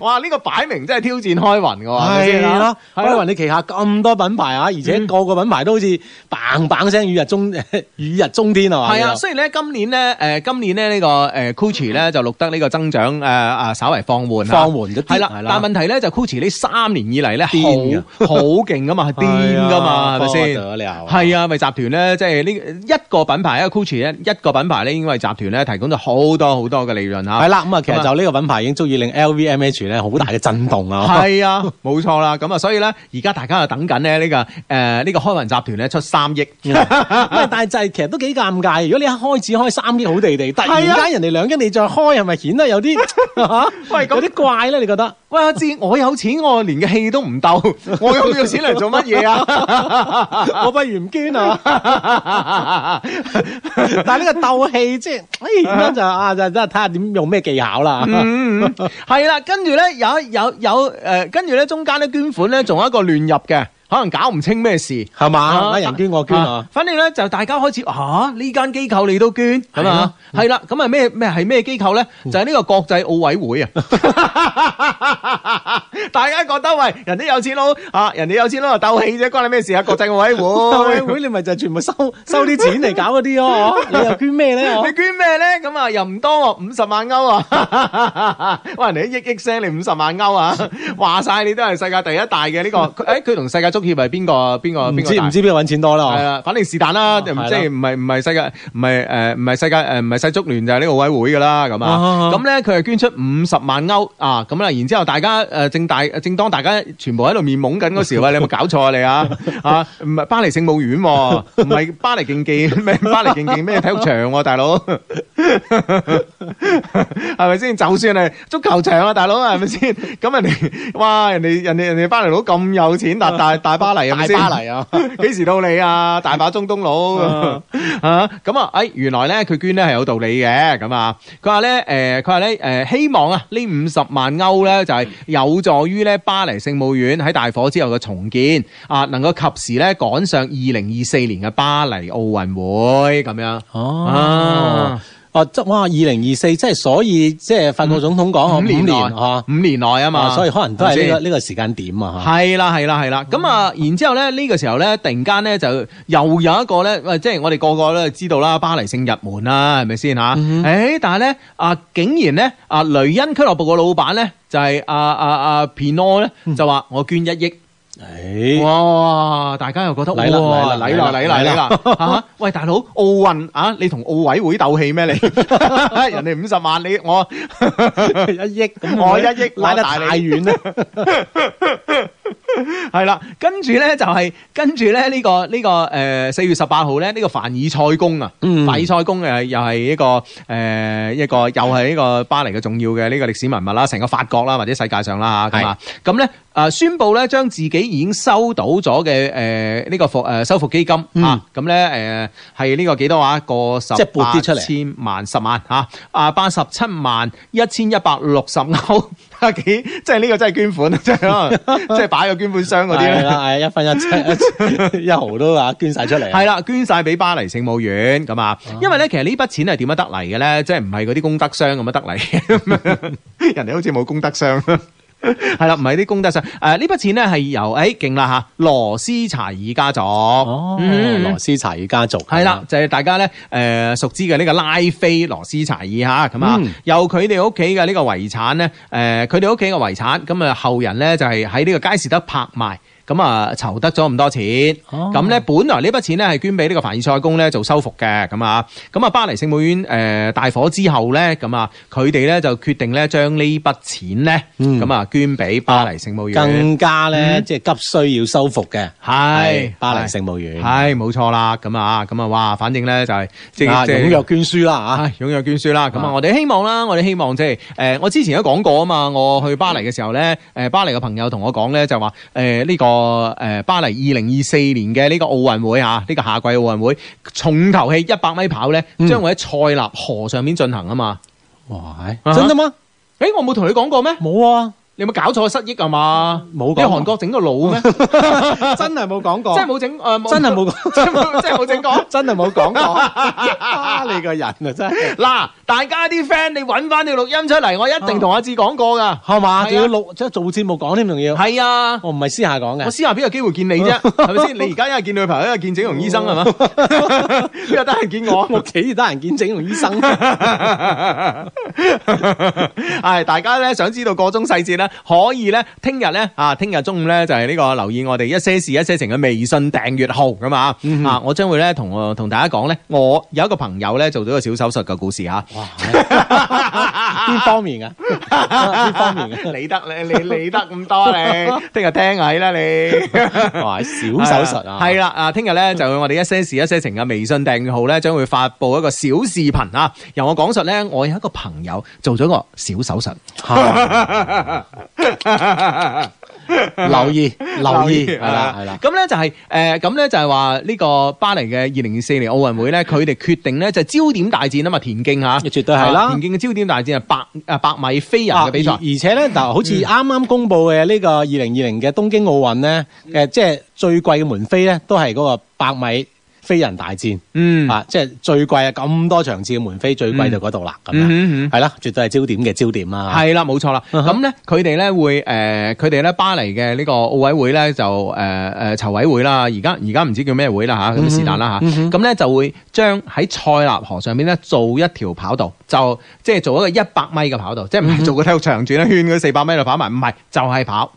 哇！呢、個擺明真係挑戰開雲嘅喎，係咪
系
先啊
啦，
係
威云你旗下咁多品牌啊，而且個個品牌都好似棒棒聲雨日中 雨日中天啊嘛，
係啊，
叫做
雖然咧今年咧，誒、今年咧呢、呢個誒 Gucci 咧就錄得呢個增長誒啊、稍為放緩啊
嗯放緩咗啲
係啦
係，啦
但問題咧就 Gucci 呢三年以嚟咧
癲啊哎
好好勁噶嘛， 係癲噶嘛，係咪先？
你啊，
係啊，咪集團咧，即係呢一個品牌一個 Gucci 一一個品牌咧，已經為集團咧提供咗好多好多嘅利潤嚇。
系啦，咁啊，其實就呢個品牌已經足以令 LVMH 咧好大嘅震動啊，
係啊， 冇錯啦。咁啊，所以咧，而家大家就等緊咧呢呃個誒呢、個開雲集團咧出三億。
咁啊但係就係其實都幾尷尬。如果你一開始開三億好地地，突然
係啊
間人哋兩億你再開，係咪顯得有啲 啊
喂咁
有啲怪咧？你覺得？
喂，阿志，我有錢，我連嘅戲都唔鬥，我有要錢嚟做乜嘢啊？
我不如唔 捐啊！但係呢個鬥氣即係，哎咁樣就 啊就真係睇下點用咩技巧啦。
嗯， 係啦，跟住咧有有有诶、呃跟住咧中間咧捐款咧，仲有一個亂入嘅，可能搞唔清咩事。
係嘛？
啊
人捐我捐啊！！
反正咧就大家開始吓呢間機構你都捐咁
係
啊
啊，
係啦，咁啊咩咩係咩機構咧？就係呢個國際奧委會啊！ 大家覺得喂人哋有錢佬啊，人哋有錢佬就鬥氣啫，關你咩事啊？國際奧委
奧委
會。
會你咪就全部收收啲錢嚟搞嗰啲咯，你又捐咩咧？
你捐咩咧？咁啊，又唔多喎，五十萬歐啊！ 哇，人哋一億聲，你五十萬歐 啊！話晒你都係世界第一大嘅呢、個，誒佢同世界足協係邊個邊個
我唔
邊個
知
大
唔？知邊度揾錢多啦？
係啊
嗬
啦，反正是但啦，即
係啦
係唔係唔係世界唔係誒唔係世界誒唔係世足聯就係呢個奧委會噶啦咁
啊啊
啊，
啊
咁咧佢係捐出五十萬歐啊，咁啦，然之後大家誒正大正當大家全部喺度面懵緊嗰時， 喂你有冇搞錯啊你啊啊唔係巴黎聖母院喎， 唔係巴黎競技咩巴黎競技咩體育場喎大佬，係咪先？就算係足球場啊大佬係咪先？咁人哋哇人哋人哋人哋巴黎佬咁有錢，大大大巴黎係咪先？
大巴黎啊！
幾時到你啊？大把中東佬 啊！咁啊，哎，原來咧佢捐咧係有道理嘅，咁啊，佢話咧，誒、佢話咧，誒、希望啊，呢五十萬歐咧就係、有助於咧巴黎聖母院喺大火之後嘅重建啊，能夠及時咧趕上二零二四年嘅巴黎奧運會咁樣。
哦。
啊
哦，即哇！二零二四，即係所以，即係法國總統講
五
五年
年內
嚇，
五年內啊嘛，
啊所以可能都
咪
係呢個
先
呢個時間點啊嚇。
係啦係啦係啦，咁啊，然之後咧呢個時候咧，突然間咧就又有一個咧，喂即係我哋個個都知道啦，巴黎聖日門啦，係咪先吓？
嗯
誒、但係咧啊，竟然咧啊，雷恩俱樂部個老闆咧就係啊啊啊 Pino 咧
嗯
就話我捐一億。
誒
哇！大家又覺得
嚟啦
哇
嚟
嚟啦
啦
嚟
嚟
啦
啦
嚟啦 嚇！喂，大佬奧運啊，你同奧委會鬥氣咩你？ 人哋五十萬你我
一億，
我一億
拉
我
得
大你
太遠啦。
系啦，跟住咧就係、跟住咧呢個呢、個誒四、月十八號咧呢個凡爾賽宮啊，
嗯
凡爾賽宮誒又係一個誒、呃一個又係一個巴黎嘅重要嘅呢個歷史文物啦，成個法國啦或者世界上啦嚇咁啊，咁咧誒宣布咧將自己已經收到咗嘅誒呢個復誒、呃修復基金、
嗯
啊，咁咧誒係呢個幾多話個十
即係撥
八
啲出嚟
千萬十萬嚇啊八十七萬一千一百六十 歐。啊幾即係呢個 真係捐款，即係 可能即係擺咗捐款箱嗰啲
係
咧。
啦， 係一分一七一毫都啊捐晒出嚟啊。
係啦，捐晒俾巴黎聖母院咁啊！因為咧，其實呢筆錢係點樣得嚟嘅咧？即係唔係嗰啲功德箱咁樣得嚟 嘅？人哋好似冇功德箱。係啦，唔係啲功德箱。誒、呢筆錢咧係由誒勁啦嚇，羅斯柴爾家族。
哦，
嗯
羅斯柴爾家族
係啦，，就係大家咧誒、呃熟知嘅呢個拉菲羅斯柴爾嚇咁啊
嗯，
由佢哋屋企嘅呢個遺產咧，誒佢哋屋企嘅遺產，咁啊後人咧就係喺呢個佳士得拍賣。咁啊，籌得咗咁多錢，
哦
咁咧、本來呢筆錢咧係捐俾呢個凡爾賽宮咧做修復嘅，咁啊，咁啊巴黎聖母院誒、呃大火之後咧，咁啊佢哋咧就決定咧將呢筆錢咧，
嗯
咁啊、捐俾巴黎聖母院，
更加咧即係急需要修復嘅，
係
巴黎
係
聖母院，
係冇錯啦，咁啊，咁啊，哇，反正咧就係即
啊
係即
踴
係
躍捐書啦
唉，踴躍捐書啦，咁啊，
啊
我哋希望啦，我哋希望即係誒，呃我之前都講過啊嘛，我去巴黎嘅時候咧，誒、巴黎嘅朋友同我講咧就話誒呢個誒、呃巴黎二零二四年嘅呢個奧運會嚇，呢、個夏季奧運會重頭戲一百米跑咧，
嗯
將會喺塞納河上面進行啊嘛。
嚇！哇，
啊
真㗎嗎？
誒、我冇同你講過咩？
冇啊，
你有冇搞錯失憶啊嘛？
冇講
你韓國整個腦 咩？
真係冇講 過，
真係冇整诶，誒
真係冇 講，
真係真係冇整過。
真係冇 講過。啊你個人啊真係，
嗱，大家啲 friend，你揾翻條錄音出嚟，我一定同阿志講過噶。
係嘛？仲
係啊
要錄即係做節目講添，仲要。
係啊，
我唔係私下講
我
嘅，
私下邊有機會見你 啫？係咪先？你而家一係見女朋友，一係見整容醫生係嘛？邊有得閒見我？
我幾得人見整容醫生。
系大家咧想知道個中細節咧，可以咧聽日咧啊，聽日中午咧就係呢個留意我哋一些事一些情嘅微信訂閱號咁啊
嗯
啊！我將會咧同我同大家講咧，我有一個朋友咧做咗個小手術嘅故事啊吓。
邊方面 啊？ 邊方面啊嘅？
理得 你你理得咁多 你，聽日聽喺啦你。
哇！小手術啊，
系啦，啊，聽日 咧就我哋一些事一些情嘅微信訂閱號咧，將會發布一個小視頻啊，由我講述咧，我有一個朋友做咗個小手 術。
啊留意留意，係啦係
係
啦，
咁咧就係誒，咁咧就係話呢個巴黎嘅二零二四年奧運 會咧，佢哋決定咧就係焦點大戰啊嘛，田徑嚇，
絕對係啦
啊田徑嘅焦點大戰係百啊百米飛人嘅比賽嗯
啊而。而且咧，嗱，好似啱啱公布嘅呢個二零二零嘅東京奧運咧，
嗯
誒，即係最貴嘅門飛咧，都係嗰個百米飛人大戰。
嗯
啊，即係最貴啊！咁多場次嘅門飛最貴就嗰度啦，咁
嗯嗯
樣
嗯
係啦，絕對係焦點嘅焦點啦。
係啦，冇錯啦。
嗯哼
咁咧，佢哋咧會誒，呃佢哋咧巴黎嘅呢個奧委會咧就誒誒籌委會啦，而家而家唔知叫咩會
嗯
啦嚇，咁是但啦嚇。咁咧就會將喺塞納河上邊咧做一條跑道，就即係做一個一百米嘅跑道，即
嗯
係唔係做個體育場轉一圈嗰四百米度跑埋，唔
啊
係就係跑，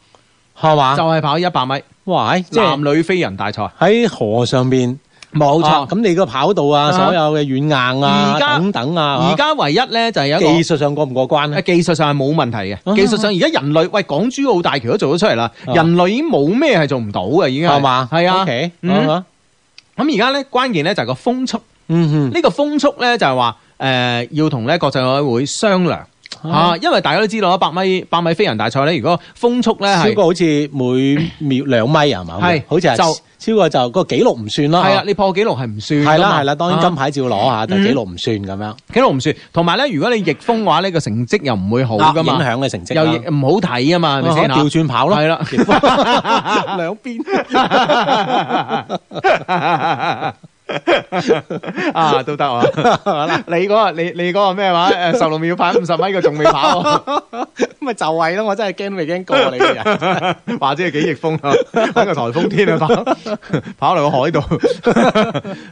係嘛？
就係跑一百米。
哇！啊
即
即啊係
係男女飛人大賽，
喺河上邊，
冇
啊咁你個跑道啊，
啊
所有嘅軟硬啊
而家
等等啊，
而家唯一咧就係有一個
技術上過唔過關
誒
咧？
技術上係冇問題嘅，
啊
技術上而家人類喂港珠澳大橋都做咗出嚟啦，
啊
人類已經冇咩係做唔到嘅，已經係
係嘛？
係啊，
OK，啊
嗯
哈
咁而家咧關鍵咧就係個風速，
嗯
呢個風速咧就係話誒要同咧國際奧委會商量啊，因為大家都知道啦，百米百米飛人大賽咧，如果風速咧
哼，超
係
過好似每秒兩米係嘛？
係
好似係
就
超過就個紀錄唔算啦。
係啊，你破紀錄係唔算㗎
係
嘛
啦係啦，當然
啊
金牌照攞下，但
嗯
紀錄唔算咁樣，
紀錄唔算，同埋咧如果你逆風嘅話呢個成績又唔會好
啊
㗎嘛，
影響嘅成績
又
啦
亦唔好睇啊嘛，係咪先
啊調轉跑咯，
係啦
兩邊。
啊，都得啊！ 你嗰、個你你嗰個咩話？誒，十六秒跑五十米，佢仲未跑 喎，
咪就係咯，我真係驚都未驚過
啊
你嘅人。
或者係幾逆風啊！揾個颱風天 啊，跑跑嚟個海度。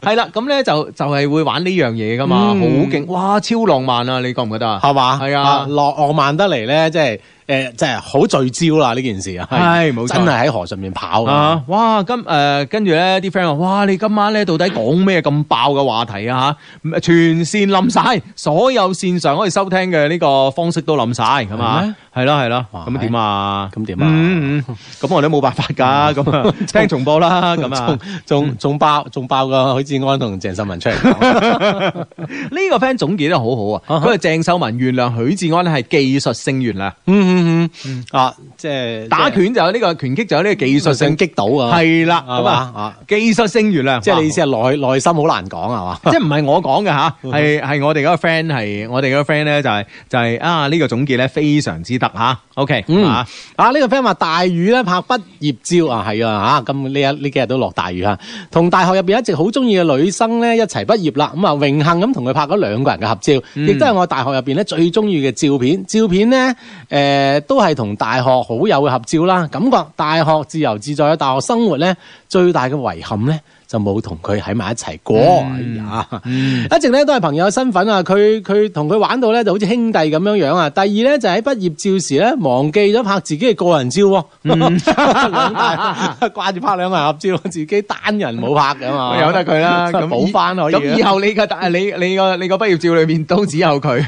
係啦，咁咧就就係會玩呢樣嘢噶嘛，好勁！哇，超浪漫啊！你覺唔覺得啊？
係嘛？
係啊
浪浪漫得嚟咧，即係誒，即係好聚焦啦呢件事啊，
係冇錯
真係喺河上面跑
啊！哇，今誒跟住咧，啲 friend 話：哇，你今晚咧到底講咩咁爆嘅話題啊？嚇，全線冧晒，所有線上可以收聽嘅呢個方式都冧晒，咁
係
啊
咩，
係咯係咯，
哇
咁點啊？
咁點啊
嗯嗯咁我哋都冇辦法㗎，咁 啊，聽重播啦，咁啊
仲。仲仲爆仲爆個許志安同鄭秀文出嚟 講，
呢個 friend 總結得好好啊，佢話鄭秀文原諒許志安咧係技術性原諒，
嗯嗯嗯，啊，即係
打
即係
拳就有呢個拳擊就有呢個技術
技術性
性，
擊倒啊，
係啦，
係
咁
嘛
啊，
啊，
技術性原諒，
即係你
哇
意思係內內心好難講係嘛？
即係唔係我講嘅吓，
嗯
係係我哋嗰個 friend 係我哋嗰個 friend 咧就係、就係、啊呢、個總結咧非常之得吓 OK
嗯
啊
啊，呢、個 friend 話大雨咧拍畢業照啊，係啊嚇，咁呢一呢幾日都落大雨啊。同大學入邊一直好中意嘅女生咧一齊畢業啦，咁啊榮幸咁同佢拍咗兩個人嘅合照，亦都係我大學入邊咧最中意嘅照片。照片咧誒、呃都係同大學好友嘅合照啦，感覺大學自由自在嘅大學生活咧最大嘅遺憾咧。就冇同佢喺埋一齊過，
嗯
哎呀，一直咧都係朋友身份啊！佢佢同佢玩到咧就好似兄弟咁樣樣啊！第二咧就喺畢業照時咧忘記咗拍自己嘅個人照喎，
嗯
兩大掛住拍兩個人合照，自己單人冇拍㗎嘛，
由得佢啦， 咁
啊補翻可以啊。
咁以後你個大你你個你個畢業照裏面都只有佢，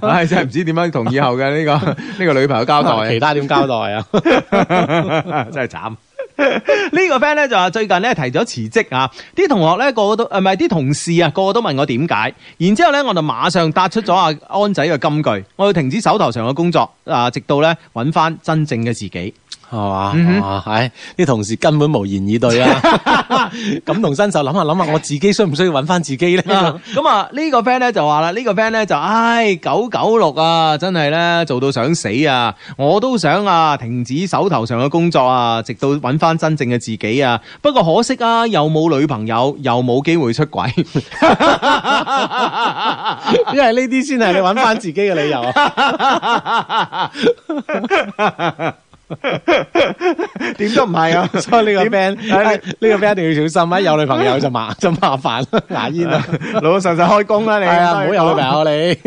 唉真係唔知點樣同以後嘅呢、個呢、個女朋友交代啊
其他點交代啊？
真係慘。呢個 friend 咧就話最近咧提咗辭職啊，啲同學咧個個都誒唔係啲同事啊，個個都問我點解，然之後咧我就馬上答出咗阿安仔嘅金句，我要停止手頭上嘅工作啊，直到咧揾翻真正嘅自己。
系嘛？
嗯哼
哇啊唉，啲同事根本無言以對啊！ 咁同新手諗下諗下，我自己需唔需要揾翻自己咧？
啊 咁啊，呢個 friend 咧就話啦，呢個 friend 咧就唉九九六啊，真係咧做到想死啊！我都想啊，停止手頭上嘅工作啊，直到揾翻真正嘅自己啊。不過可惜啊，又冇女朋友，又冇機會出軌。
因為呢啲先係你揾翻自己嘅理由啊！
點都唔係啊！
所以呢個 friend，哎
唉
呢個 friend 一定要小心啊！有女朋友就麻就麻煩 啦，牙煙啊！
老老實實開工 啦，你
係啊，唔好有女朋友你。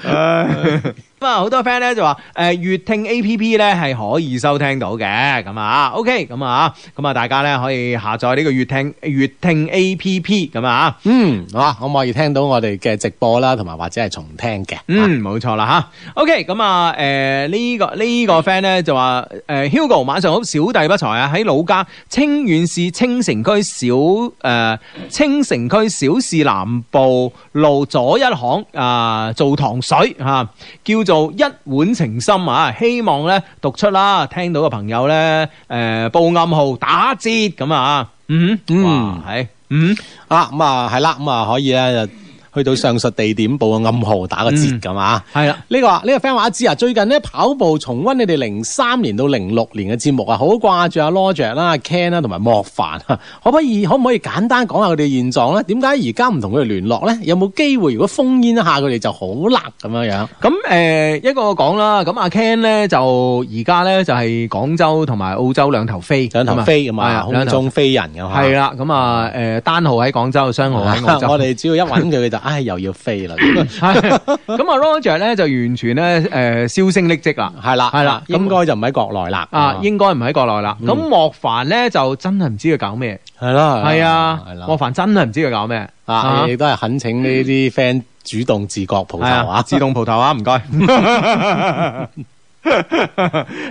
咁啊，好多 friend 咧就話誒粵聽 A P P 咧係可以收聽到嘅，咁啊，OK，咁啊，咁啊，大家咧可以下載呢個粵聽粵聽 A P P 咁啊。
嗯，好啊，可唔可以聽到我哋嘅直播啦，同埋或者係重聽嘅？啊，
嗯，冇錯啦吓。OK，咁啊，誒、呢、個呢、個 friend 咧就話誒、Hugo 晚上好，小弟不才啊，喺老家清遠市清城區小誒、清城區小市南部路左一巷啊、做糖水嚇、啊叫做一碗情深啊，希望咧讀出啦，聽到嘅朋友咧誒、報暗號打折咁啊，嗯哼，
嗯
哇，係，嗯。
啊咁啊，係啦，咁啊可以咧就去到上述地點報個暗號，打個折咁啊。
嗯係啦，
呢個啊呢個 friend 話阿志啊，最近咧跑步重温你哋零三年到零六年嘅節目啊，好掛住阿 Roger 啦、阿 Ken 啦同埋莫凡啊， 可唔可以可唔可以簡單講下佢哋現狀咧？點解而家唔同佢哋聯絡咧？有冇機會如果封煙一下佢哋就好辣咁樣樣？
咁誒、呃一個講啦，咁阿 Ken 咧就而家咧就係、廣州同埋澳洲兩頭飛，
兩頭飛咁
係
啊，空中飛人咁啊
係啦，咁啊誒單號喺廣州，雙號喺澳洲。
我哋只要一揾佢，佢就唉又要飛 啦，
係 咁啊 Roger 咧就完全咧誒、呃銷聲匿跡啦。
係啦啊
係啦
應該就唔喺國內啦，
啊，應該唔喺國內啦。
嗯
咁、莫凡咧就真係唔知佢搞咩，
係啦，
係啊
係，
莫
啦，
凡真係唔知佢搞咩
啊，亦都係懇請呢
嗯
啲 friend 主動自覺蒲頭
係啊
啊，
自動葡萄啊，唔該。 呢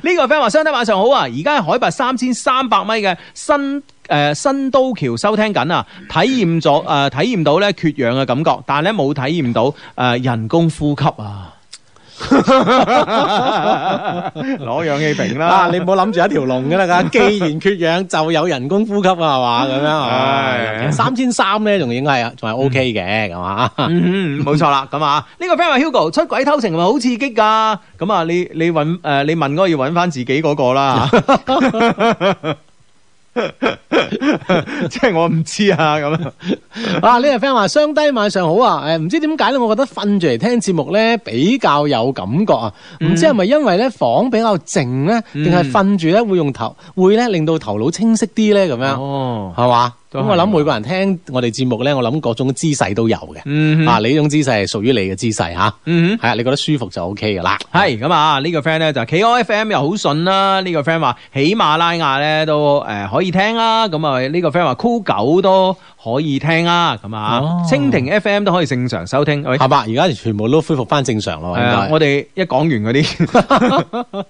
個 friend 話：相低晚上好啊！而家喺海拔三千三百米嘅新誒、呃新都橋收聽緊啊，體驗咗誒、呃、體驗到咧缺氧嘅感覺，但係咧冇體驗到誒、呃人工呼吸啊！ 攞氧氣瓶
啊！你唔好諗住一條龍噶 啦，既然缺氧就有人工呼吸啊，係嘛咁樣
嗯唉
啊？三千三咧，仲應該係仲係 O K 嘅，係嘛？
嗯，冇錯啦，咁啊，呢個 friend 話 Hugo 出軌偷情係咪好刺激㗎？咁啊，你你揾誒、呃你問嗰個要揾翻自己嗰個啦， 即係我唔知啊，咁
啊！呢個 friend 話雙低晚上好啊！誒，唔知點解咧，我覺得瞓住嚟聽節目咧比較有感覺啊！
嗯
唔知係咪因為咧房比較靜咧，定係瞓住咧會用頭會咧令到頭腦清晰啲咧咁樣，
哦，
係嘛？
都
咁
係
我諗每個人聽我哋節目咧，我諗各種姿勢都有嘅。
嗯哼
啊，你呢種姿勢係屬於你嘅姿勢嚇，
嗯哼
係啊，你覺得舒服就 O K 噶啦。
係咁啊！呢、個 friend 咧就企 O F M 又好順啦。呢、個 friend 話喜馬拉雅咧都誒、呃可以聽啦。咁啊呢個 friend 話酷狗都可以聽啦。咁啊、
哦
蜻蜓 F M 都可以正常收聽。喂
係嘛？而家全部都恢復翻正常咯，
係
應
啊，
該
我。哋一講完嗰 啲，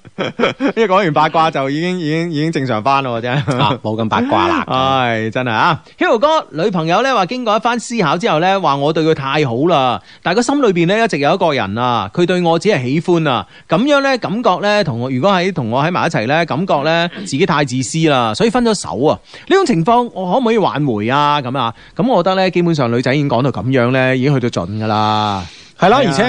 一講完八卦就已經已經已經正常翻咯，真係。
啊，冇咁八卦 啦。
唉，真係啊，Hugo 哥女朋友咧話經過一番思考之後咧，話我對佢太好啦，但係佢心裏邊咧一直有一個人啊，佢對我只係喜歡啊，咁樣咧感覺咧同我如果喺同我喺埋一齊咧，感覺咧自己太自私啦，所以分咗手啊。呢種情況我可唔可以挽回啊？咁啊，咁我覺得咧，基本上女仔已經講到咁樣咧，已經去到盡噶啦。
係啦，
係啊
而且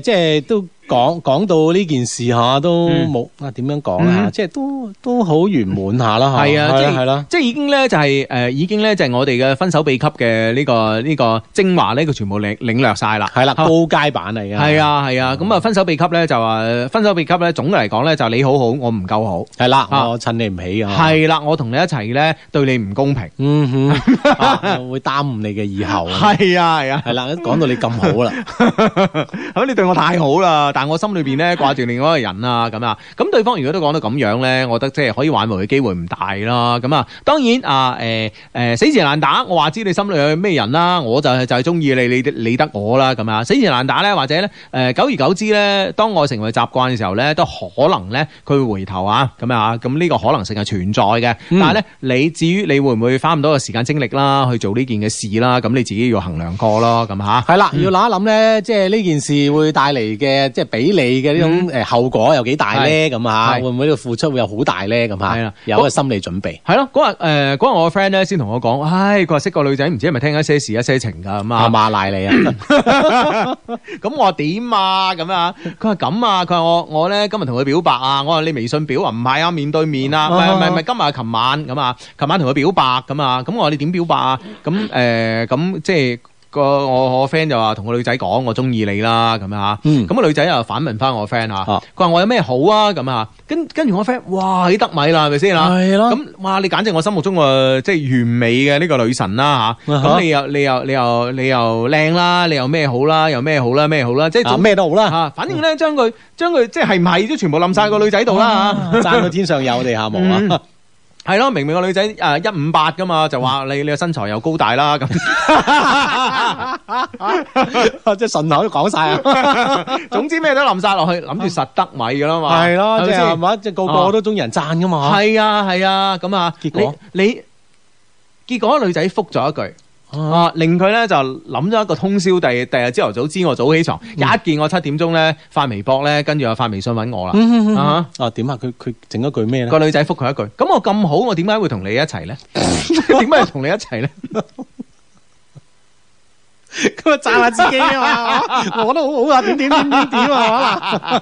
誒，即係都講講到呢件事嚇，都
嗯
冇啊點樣講啊，
嗯
即係都都好圓滿下啦嚇。
係啊，即
係啦
係
係啦，
即係已經咧就係、呃已經咧就係我哋嘅分手秘笈嘅呢個呢、個精華呢，佢全部領領略晒啦，
係啦，
啊
高階版嚟嘅。
係，啊係啊，咁啊分手秘笈咧就話呃分手秘笈咧總嘅嚟講咧就係你好好，我唔夠好，
係
啊
啦，我襯你唔起啊。
係啦，我同你一齊咧對你唔公平，
嗯 哼，啊會耽誤你嘅以後啊。
係啊係啊，
係啦，講到你咁好啦，
咁你對我太好啦，但我心裏邊咧掛住另外一個人啊，咁啊，咁對方如果都講到咁樣咧，我覺得即係可以挽回嘅機會唔大啦。咁啊，當然啊，誒、誒、死纏爛打，我話知你心裏有咩人啦，我就係就係中意你，你理得我啦，咁啊，死纏爛打咧，或者咧，誒、久而久之咧，當我成為習慣嘅時候咧，都可能咧佢會回頭啊，咁啊，咁呢個可能性係存在嘅。但係咧，你至於你會唔會花咁多嘅時間精力啦，去做呢件嘅事
嗯啊
啦，咁你自己要衡量過咯，咁嚇。啊
係啦，要諗一諗咧，即係呢件事會帶嚟嘅即係俾你嘅呢種誒後果有幾大咧？咁啊，
係
會唔會呢個付出會有好大咧？咁啊，
係啦
有一個心理準備。
系咯，嗰日诶，嗰日我個 friend 咧先同我講，唉，佢話識個女仔，唔知係咪聽一些事一些情㗎咁
阿
啊，
馬賴你啊，
咁我話點啊咁啊，佢話咁啊，佢話我我咧今日同佢表白啊，我話你微信表啊，唔係啊，面對面啊，唔係唔係唔係，今日係琴晚咁啊，琴晚同佢表白咁啊，咁我話你點表白啊？咁诶咁即係個我我 friend 就話同個女仔講我中意你啦咁啊，
嗯
咁個女仔又反問翻我 friend 吓，
啊
佢話我有咩好啊咁啊，跟跟住我 friend 哇，你得米啦係咪先啊？
係咯
咁哇！你簡直我心目中嘅即係完美嘅呢個女神啦吓，
啊
咁、
哈
你又你又你又你又靚啦，你又咩好啦，又咩好啦，咩好啦，即係
啊
總
咩都好
嚇、
啦，
反正咧將佢將佢即係係唔係都全部冧晒個女仔度啦嚇。
爭到天上有地下無
嗯
啊！
係咯，明明個女仔誒一五八噶嘛，就話你你個身材又高大啦 咁，
即係順口都講晒啊！
總之咩都冧晒落去，諗住實得米噶啦嘛，
係咯，即
咪
係啊
先
係嘛，即係個個都中意人讚噶嘛。
係啊係啊，咁啊，
結果
你你結果女仔覆咗一句。
啊，
啊，令佢咧就諗咗一個通宵，第第日朝頭早知我早起床，一見我七點鐘咧發微博咧，跟住又發微信揾
嗯
我啦。啊
啊點啊？佢佢整咗句咩咧
個？女仔覆佢一句：咁我咁好，我點解會同你一齊 咧？點解要同你一齊咧？
咁啊讚下自己啊 嘛，我都好好啊，點點點點點啊！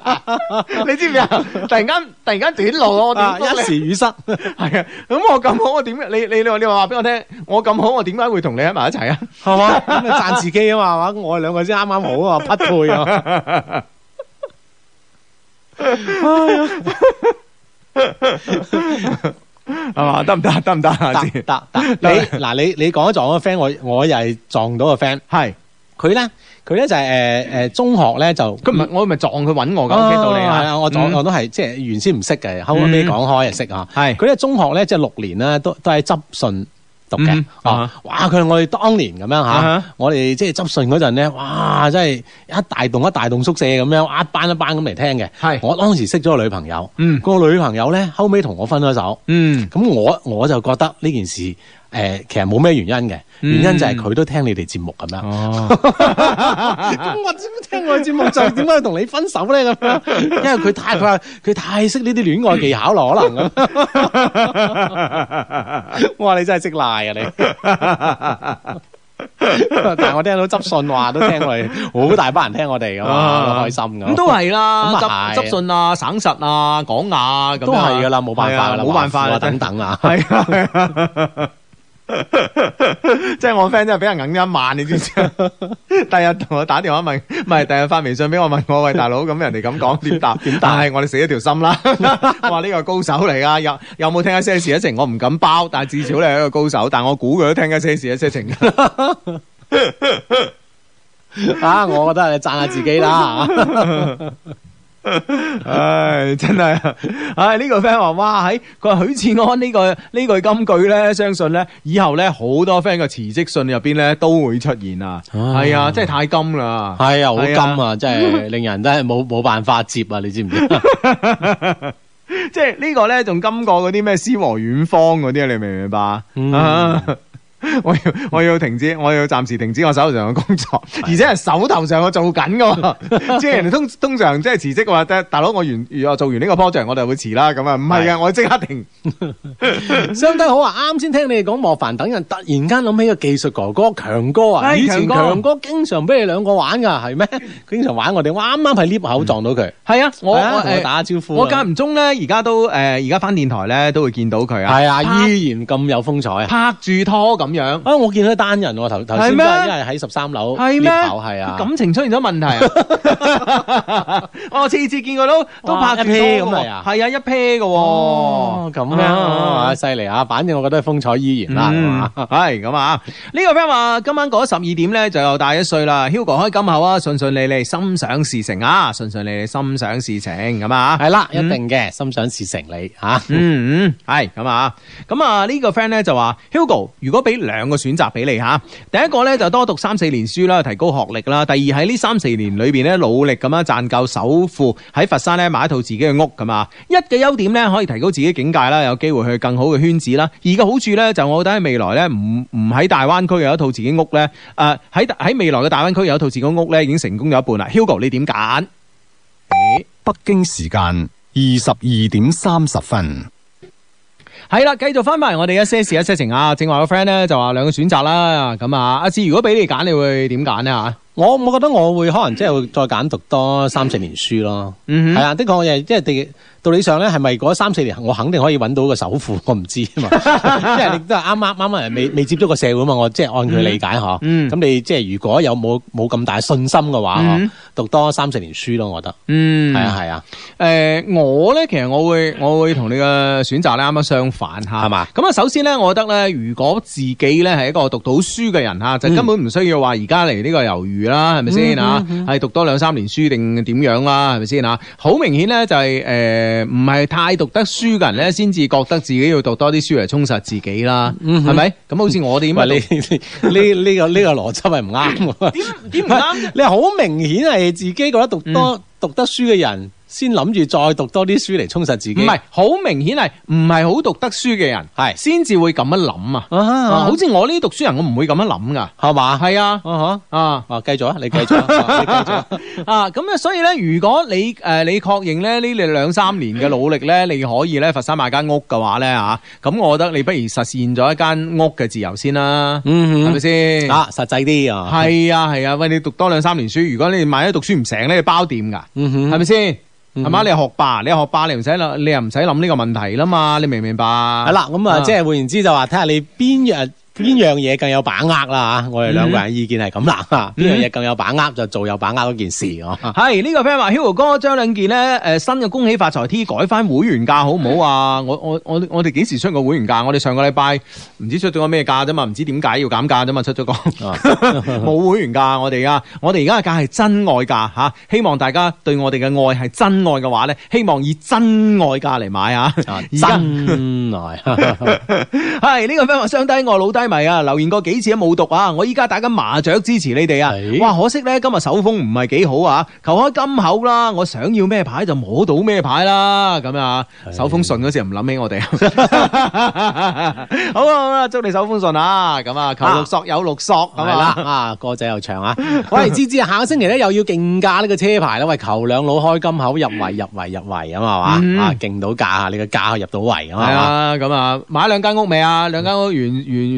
你知唔知啊？突然間突然間短路啊！我點
啊一
覆
時
你？
語塞，
係啊，咁我咁好，我點你你你話你話俾我聽，我咁好，我點解會同你喺埋一齊啊？
係嘛？咁啊讚自己啊嘛，係嘛？我哋兩個先啱啱好啊， 匹配啊！
係嘛？得唔得？得唔得啊？
得得得，你 嗱你你講撞個 friend，我我又係撞到個 friend，
係
佢咧佢咧就係誒誒中學咧就
佢唔係我咪撞佢揾我㗎，聽到你嗯
啊
啊！
係啊，我撞
嗯
我都係即係原先唔識嘅，後尾
嗯
講開就識啊。
係
佢咧中學咧即係六年啦，都都喺執信。讀嘅
嗯，
啊
啊！
哇！佢係我哋當年咁樣
啊
嚇
哈，
我哋即係執信嗰陣咧，哇！真係一大棟一大棟宿舍咁樣，一班一班咁嚟聽嘅。
係
我當時識咗個女朋友，
嗯
個女朋友咧後尾同我分咗手，
嗯
咁我我就覺得呢件事誒其實冇咩原因嘅，原因就係佢都聽你哋節目咁樣。
嗯哦。
咁我知唔知聽我嘅節目就點解要同你分手咧咁樣？因為佢太佢佢太識呢啲戀愛技巧咯，可能咁。我話你真係識賴啊你！但係我聽到執信話都聽我哋，好大班人聽我哋咁啊，好開心咁。
哦咁都係啦，
咁啊
執
係
執信啊、省實啊、港雅啊咁樣
都係噶啦，冇辦法噶啦，
係啊冇辦法
華
啦，
府啊等等啊。
係啊。係啊 即係我 friend 真係俾人揞咗一萬，你知唔知啊？第日同我打電話問，唔係第日發微信俾我問我，喂大佬，咁人哋咁講點答？ 點答？係我哋死咗條心 啦！我話呢個高手嚟噶，有有冇聽一些事一些情？我唔敢包，但係至少你係一個高手，但我估佢都聽一些事一些情。
啊，我覺得你讚下自己啦。
唉，真系，唉呢、個个 friend 話：，哇，喺佢話許志安呢、個呢句金句咧，相信咧以後咧好多 friend 嘅辭職信入邊咧都會出現啊，係啊，真係太金啦，
係啊，好
係
金啊，真係令人真係冇冇辦法接啊！你知 唔知？
即係呢個咧仲金過嗰啲咩詩和遠方嗰啲啊，你明唔明白啊？
嗯
啊我要我要停止，我要暫時停止我手頭上嘅工作，
啊
而且係手頭上我做緊噶， 即係人哋通通常即係辭職嘅話，大大佬我完我做完呢個 project 我就會辭啦，咁啊唔係啊，我即刻停。
相低好啊！啱先聽你哋講莫凡等人，突然間諗起個技術哥哥強哥啊！
係
以前
強
強
哥
哥經常俾你兩個玩噶，係咩？ 經常玩我哋，我啱啱喺 lift 口撞到佢，
系啊，我
係啊
我
同佢
誒
打招呼啊
我間唔中咧，而家都诶，而家翻電台咧都會見到佢啊。
係啊，
拍
依然咁有風採啊！
拍住拖咁樣，
啊，我見到單人喎，頭頭
係
先
咩
都係因為喺十三樓
係咩
lift 口係啊，
感情出現咗問題啊！ 我次次見佢都都
哇
拍住
一 pair
拖
咁
嘅
嚟啊
喎，係啊，一 pair 嘅
哦
喎，
咁樣啊，犀利啊！反正我覺得風採依然啦，係
嗯
嘛，
係咁啊！呢個 friend 話今晚過咗十二點咧，就又大一歲啦。Hugo 開金口啊，順順利利，心想事成啊，順順利利，心想事成咁啊！
係啦，一定嘅，心想事成你啊嚇。
嗯嗯，系咁啊，咁啊呢個 friend 咧就話 Hugo，如果俾兩個選擇俾你吓，第一個咧就多讀三四年書啦，提高學歷啦；第二喺呢三四年裏边咧努力咁樣啊賺夠首付，喺佛山咧買一套自己嘅屋咁啊。一嘅優點咧可以提高自己境界啦，有機會去更好嘅圈子啦。二嘅好處咧就我覺得喺未來咧唔唔喺大灣區有一套自己屋咧，诶喺喺未來嘅大灣區有一套自己屋咧已經成功咗一半啦。Hugo 你點揀？
北京時間二十二點三十分。
系啦，繼續翻埋我哋一些事一些情啊！正話個 friend 咧就話兩個選擇啦，咁啊，阿志如果俾你揀，你會點揀咧啊吓？
我我覺得我會可能即係會再揀讀多三四年書咯，
嗯
係啊，的確我亦即係地道理上咧，係咪嗰三四年我肯定可以揾到個首付？我唔知啊嘛， 因為你都係啱啱啱啱未未接觸個社會嘛，我即係按佢理解嗬。咁、
嗯
你即係如果有冇冇咁大信心嘅話，
嗯
嗬讀多三四年書咯，我覺得
嗯
係啊係啊，
诶、我咧其實我會我會同你嘅選擇咧啱啱啊相反吓，
係嘛
咁啊，首先咧，我覺得咧，如果自己咧係一個讀到書嘅人
嗯
吓，就根本唔需要話而家嚟呢個猶豫啦，係咪先啊？
嗯
係讀多兩三年書定點樣啦，係咪先啊？好明顯咧就係诶唔係太讀得書嘅人咧，先至覺得自己要讀多啲書嚟充實自己啦，係咪、咁好似我哋
因
咁啊
為嗯你呢呢個呢個邏輯係唔啱喎。
讀點唔 啱嗯啫？
你好明顯係自己覺得讀多、讀得書嘅人，先諗住再讀多啲書嚟充實自己。
唔係，好明顯係唔係好讀得書嘅人，
係
先至會咁樣諗啊！
啊
啊，好似我呢啲讀書人，我唔會咁樣諗噶。
係嘛？
係啊，
啊
啊
哈，啊繼續啊，你繼續啊，你繼 續啊。
啊，咁啊，所以咧，如果你誒、呃你確認咧呢你兩三年嘅努力咧，你可以咧佛山買間屋嘅話咧啊，咁我覺得你不如實現咗一間屋嘅自由先啦，係
嗯
咪先？
啊，實際啲啊，
係啊係啊，喂，你讀多兩三年書，如果你萬一讀書唔成咧，你包掂㗎，
嗯哼
係咪先？係嘛？你係學霸，你係學霸，你唔使諗，你又唔使諗呢個問題啦嘛，你明唔明白？
係
係
啦，咁啊，即係換言之就話睇下你邊樣邊樣嘢更有把握啦嚇。我哋
嗯
兩個人意見係咁啦嚇，邊樣嘢更有把握就做有把握嗰件事哦。
系呢、個个 friend 話 Hugo 哥將兩件咧诶、誒呃新嘅恭喜發財 T 改翻會員價好唔好 啊？我我我我哋幾時出個會員價？我哋上個禮拜唔知出咗個咩價啫嘛，唔知點解要減價啫嘛，出咗個
啊
冇會員價我哋啊，我哋而家嘅價係真愛價吓、希望大家對我哋嘅愛係真愛嘅話咧，希望以真愛價嚟買啊！
啊
而家
真 愛
系呢、個 friend 話相低我老低迷啊，留言過幾次都冇讀啊！我依家打緊麻雀支持你哋啊！
係
哇，可惜咧今日手風唔係幾好啊！求開金口啦，我想要咩牌就摸到咩牌啦，咁啊手風順嗰時唔諗起我哋。 好啊好啊，祝你手風順啊！咁啊，求六索有六索咁
係啦
啊！
啊，歌仔又唱啊！喂，芝芝，下個星期咧又要競價呢個車牌啦，喂，求兩老開金口入圍入圍入圍咁啊
嗯
嘛，啊，勁到價啊，你個價入到圍
係
啊嘛，
啊，咁啊，買兩間屋未啊？兩間屋完完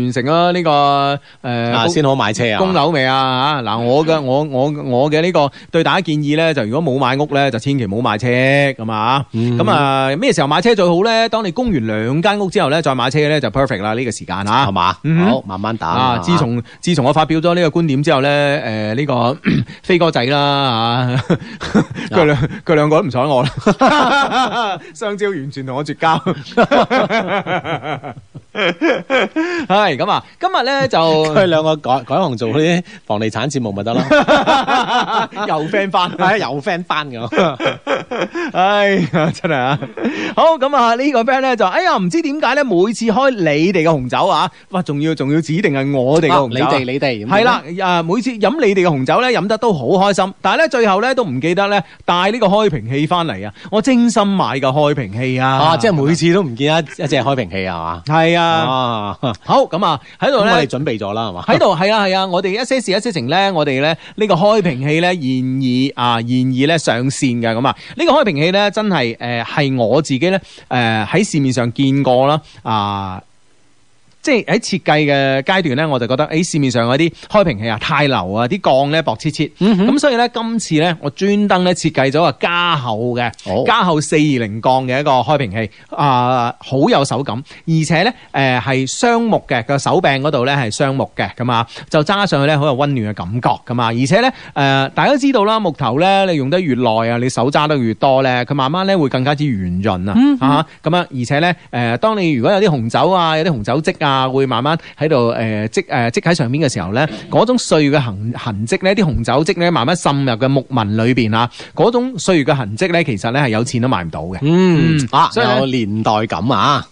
完成咗呢個
啊，
诶
先好買車啊，
供樓未啊？嚇嗱，我 嘅我我我嘅呢個對大家建議咧，就如果冇買屋咧，就千祈唔好買車咁啊！
嗯
咁啊，咩時候買車最好咧？當你供完兩間屋之後咧，再買車咧就 perfect 啦！呢個時間啊，
係嘛
嗯，
好慢慢打
啊！自從自從我發表咗呢個觀點之後咧，誒、呢、個 飛哥仔啦
啊
嚇，佢兩佢兩個都唔睬我啦， 雙蕉完全同我絕交。 係咁啊，今日咧就
佢兩個改改行做嗰啲房地產節目咪得咯，
又 friend 啊翻，
係啊有 friend 翻咁，
唉呀，真係啊！好咁啊，呢個 friend 咧就，哎呀，唔知點解咧，每次開你哋嘅紅酒啊，哇，仲要仲要指定係我哋嘅
啊
紅
你
酒啊、
哋你哋咁
係啦，啊，每次飲你哋嘅紅酒咧，飲得都好開心，但係咧最後咧都唔記得咧帶呢個開瓶器翻嚟啊！我精心買嘅開瓶器啊，
啊，即係每次都唔見一一隻開瓶器係嘛，
係啊，
啊，咁
好咁啊，喺度
我
咧
哋。準備咗啦係嘛，
喺度係啊係啊，我哋一些事一些情咧，我哋咧呢個開瓶器咧現已啊現已咧上線嘅咁啊，呢、個開瓶器咧真係誒係我自己咧誒喺市面上見過啦啊。即係喺設計嘅階段咧，我就覺得誒、市面上嗰啲開瓶器啊太流啊，啲鋼咧薄切切，咁、所以咧今次咧我專登咧設計咗個加厚嘅、
哦
加厚四二零鋼嘅一個開瓶器，啊、好有手感，而且咧誒係雙木嘅個手柄嗰度咧係雙木嘅咁啊，就揸上去咧好有温暖嘅感覺咁啊，而且咧誒、呃大家都知道啦，木頭咧你用得越耐啊，你手揸得越多咧，佢慢慢咧會更加之圓潤啊，啊咁啊，而且咧誒、當你如果有啲紅酒啊，有啲紅酒漬啊，會慢慢喺度呃誒積誒積喺上面嘅時候咧，嗰種歲月嘅痕痕跡咧，啲紅酒漬咧慢慢滲入嘅木紋裏邊啊，嗰種歲月嘅痕跡咧，其實咧係有錢都買唔到嘅。
嗯
嗯
啊
所以呢嗯
有年代感啊。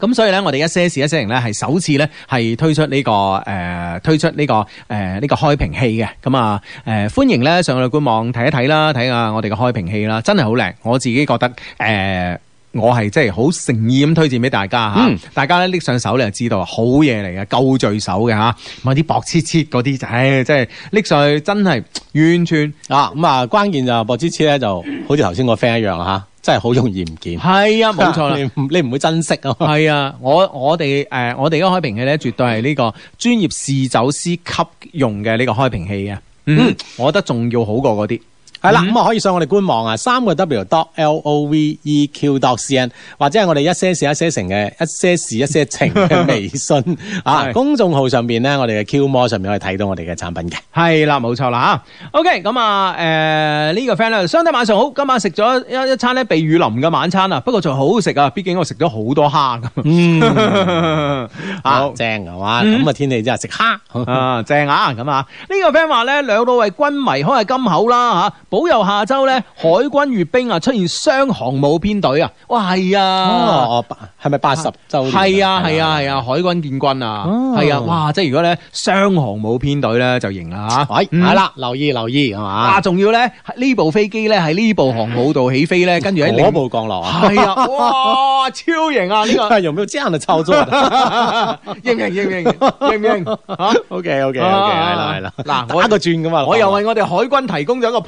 咁所以咧，我哋一些事一些情咧，係首次咧係推出呢、個誒、呃推出呢、個呃誒呢、個開瓶器嘅。咁啊誒歡迎咧上我哋官網睇一睇啦，睇下我哋嘅開瓶器啦，真係好靚，我自己覺得誒。呃我係即係好誠意咁推薦俾大家吓，
嗯
大家咧拎上手你就知道啊，好嘢嚟嘅，夠聚手嘅吓，買啲薄切切嗰啲就唉，即係拎上去真係完全
啊，咁啊，關鍵就薄支黐咧，就好似頭先個 friend 一樣啦嚇，真係好容易唔見。
係啊，冇錯啦
你。唔你唔會珍惜 啊嘛。
係啊，我我哋誒、呃我哋而家開瓶器咧，絕對係呢個專業試酒師級用嘅呢個開瓶器嘅。嗯，我覺得仲要好過嗰啲。
係啦，咁啊可以上我哋官網啊，三個 W dot L O V E Q dot C N，或者係我哋一些事一些情嘅一些事一些情嘅 微信啊，
係
公眾號上邊咧，我哋嘅 Q 摩上面可以睇到我哋嘅 產品嘅。
係啦，冇錯啦嚇。OK，咁啊誒呢、個 friend 咧，相弟晚上好，今晚食咗一一餐咧避雨林嘅晚餐啊，不過仲好好食啊，畢竟我食咗好多蝦
嗯
咁。
啊，正係嘛？咁啊天氣真係食蝦。
嗯啊，正啊，咁啊，呢個 friend 話咧，兩老為軍迷開下金口啦吓，保佑下周咧海軍閱兵啊出現雙航母編隊啊，哇係啊，
哦，哦係咪八十周年？
係啊係啊係啊，海軍建軍啊，
哦
係啊，哇，即係如果咧雙航母編隊咧就型啦吓。嗯
喂，係哎啦，留意留意係
啊，
嘛？
仲要咧呢部飛機咧喺呢部航母度起飛咧，跟住喺另
嗰部降落啊，
係啊，哇，超型啊呢 個，
有冇有這樣的操作啊
型唔型型唔型型唔 型啊？
？OK OK OK，係啦係啦，
嗱我
打個轉咁啊嘛，
我又為我哋海軍提供咗一個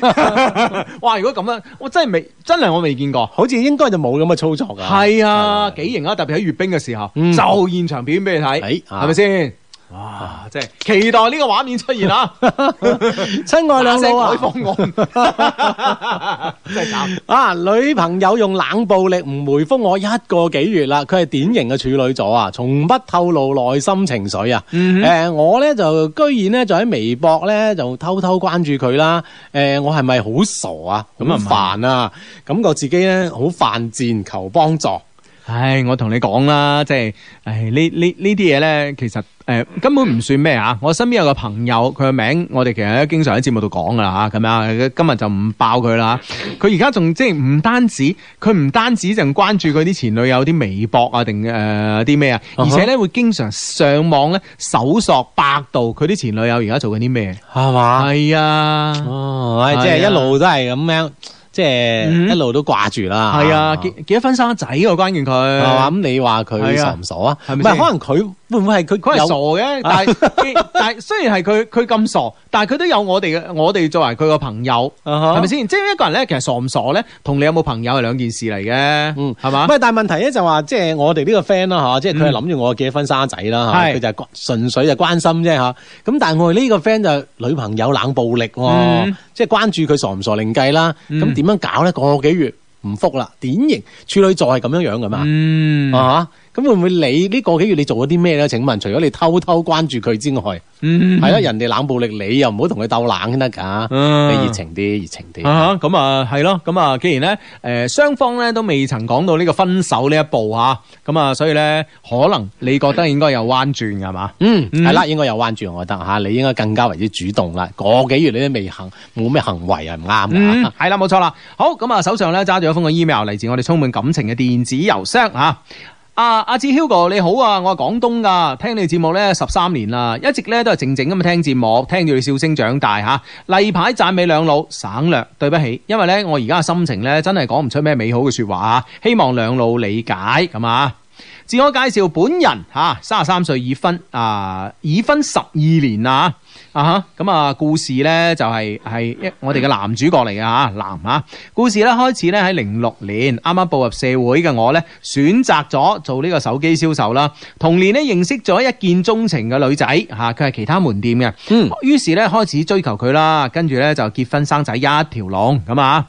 point。哇！ 如果咁樣，我真係未，真係我未見過。
好似應該就冇咁嘅操作㗎。
係啊，
係
幾型啊！特別喺閱兵嘅時候，
嗯
就現場表演俾你睇
係，啊
係咪先？哇！真係期待呢個畫面出現 啊！
親愛兩老
打
啊！
聲海方案， 真係慘。
啊！女朋友用冷暴力唔回覆我一個幾月啦，佢係典型嘅處女座啊，從不透露內心情緒啊。誒、我咧就居然咧就喺微博咧就偷偷關注佢啦。誒、我係咪好傻啊？咁啊煩啊！感覺自己咧好犯賤，求幫助。
唉，我同你講啦，即係，唉，呢呢呢啲嘢咧，其實誒、呃根本唔算咩啊！我身邊有個朋友，佢嘅名我哋其實都經常喺節目度講噶啦嚇，咁樣今日就唔爆佢啦。佢而家仲即係唔單止，佢唔單止淨關注佢啲前女友啲微博啊，定誒啲咩啊，而且咧會經常上網咧搜索百度佢啲前女友而家做緊啲咩？
係嘛？
係啊，
哦，唉
係啊
即係一路都係咁樣，即係
嗯
一路都掛住啦。
係啊，結結咗婚生仔喎，關鍵佢
係嘛？咁你話佢
係啊
傻唔傻啊？
係
唔
咪
係
先
可能佢會唔會係佢
佢係
有
傻 嘅，但係但係雖然係佢佢咁傻，但係佢都有我哋嘅，我哋作為佢個朋友，
啊哈
係咪先？即係一個人咧，其實傻唔傻咧，同你有冇朋友係兩件事嚟嘅，
嗯
係嘛
唔？係，但係問題咧就話，即係我哋呢個 friend 啦嚇，即係佢係諗住我結婚生仔啦嚇，
嗯係
佢就係關純粹就關心啫嚇。咁但係我哋呢個 friend 就女朋友冷暴力喎
嗯，
即係關注佢傻唔傻另計啦。咁
嗯
點樣搞咧？個幾月唔復啦，典型處女座係咁樣樣噶嘛
嗯
啊嚇。咁會唔會你呢個幾月你做咗啲咩咧？請問，除咗你偷偷關注佢之外，
嗯
係啦，人哋冷暴力，你又唔好同佢鬥冷先得㗎，
嗯
你熱情啲，熱情啲。
啊哈咁啊係咯，咁啊既然咧，誒、雙方咧都未曾講到呢個分手呢一步啊，咁啊所以咧可能你覺得應該有彎轉㗎係嘛？
嗯，
嗯
係啦，應該有關注，我覺得嚇，你應該更加為之主動啦。個幾月你都未行，冇咩行為係唔啱
嗯
㗎。，
係啦，冇錯啦。好，咁啊，手上咧揸住一封嘅 email 嚟自我哋充滿感情嘅電子郵箱啊。啊，阿志 Hugo 你好啊，我係廣東噶，聽你節目咧十三年啦，一直咧都係靜靜咁聽節目，聽住你笑聲長大吓。例牌讚美兩老，省略對不起，因為咧我而家嘅心情咧真係講唔出咩美好嘅說話啊，希望兩老理解咁啊。自我介紹，本人嚇，三十三歲已婚，啊已婚十二年啦啊哈咁啊故事咧就係、係一我哋嘅男主角嚟嘅嚇，男嚇、啊故事咧開始咧喺零六年，啱啱步入社會嘅我咧，選擇咗做呢個手機銷售啦。同年咧認識咗一見鍾情嘅女仔嚇，啊佢、係其他門店嘅，
嗯，
於是咧開始追求佢啦，跟住咧就結婚生仔一條龍咁啊！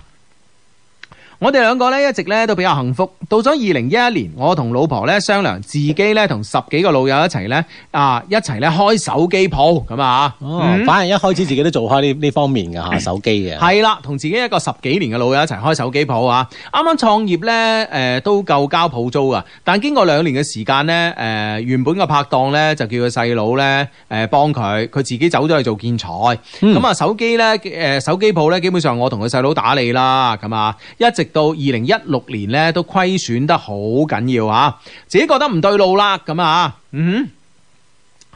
我哋兩個咧一直咧都比較幸福。到咗二零一一年，我同老婆咧商量，自己咧同十幾個老友一齊咧啊一齊咧開手機鋪咁啊！
哦
嗯，
反而一開始自己都做開呢呢方面㗎嚇，手機嘅。
係啦，同自己一個十幾年嘅老友一齊開手機鋪啊！啱啱創業呢，誒、都夠交鋪租啊！但經過兩年嘅時間呢，誒、呃原本個拍檔呢，就叫佢細佬呢誒幫佢，佢自己走咗去做建材。咁啊、手機呢，誒、手機鋪呢，基本上我同佢細佬打理啦，咁啊，一直到二零一六年呢，都虧損得好緊要啊！自己覺得唔對路啦，咁啊，嗯哼。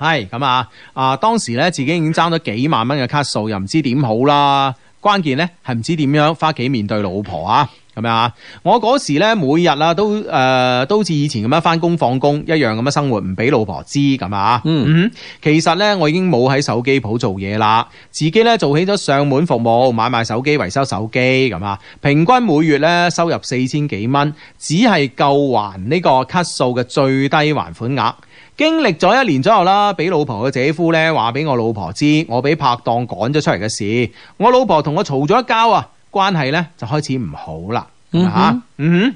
係咁啊！啊，當時咧自己已經爭咗幾萬蚊嘅卡數，又唔知點好啦。關鍵咧係唔知點樣返屋企面對老婆啊！咁樣啊！我嗰時咧每日啊都誒、呃都好似以前咁樣翻工放工一樣咁樣生活，唔俾老婆知咁啊！嗯哼，其實咧我已經冇喺手機鋪做嘢啦，自己咧做起咗上門服務，買賣手機、維修手機咁啊！平均每月咧收入四千幾蚊，只係夠還呢個卡數嘅最低還款額。經歷咗一年左右啦，俾老婆嘅姐夫咧話俾我老婆知，我俾拍檔趕咗出嚟嘅事，我老婆同我嘈咗一交啊，關係咧就開始唔好啦，
嗯哼
吓，嗯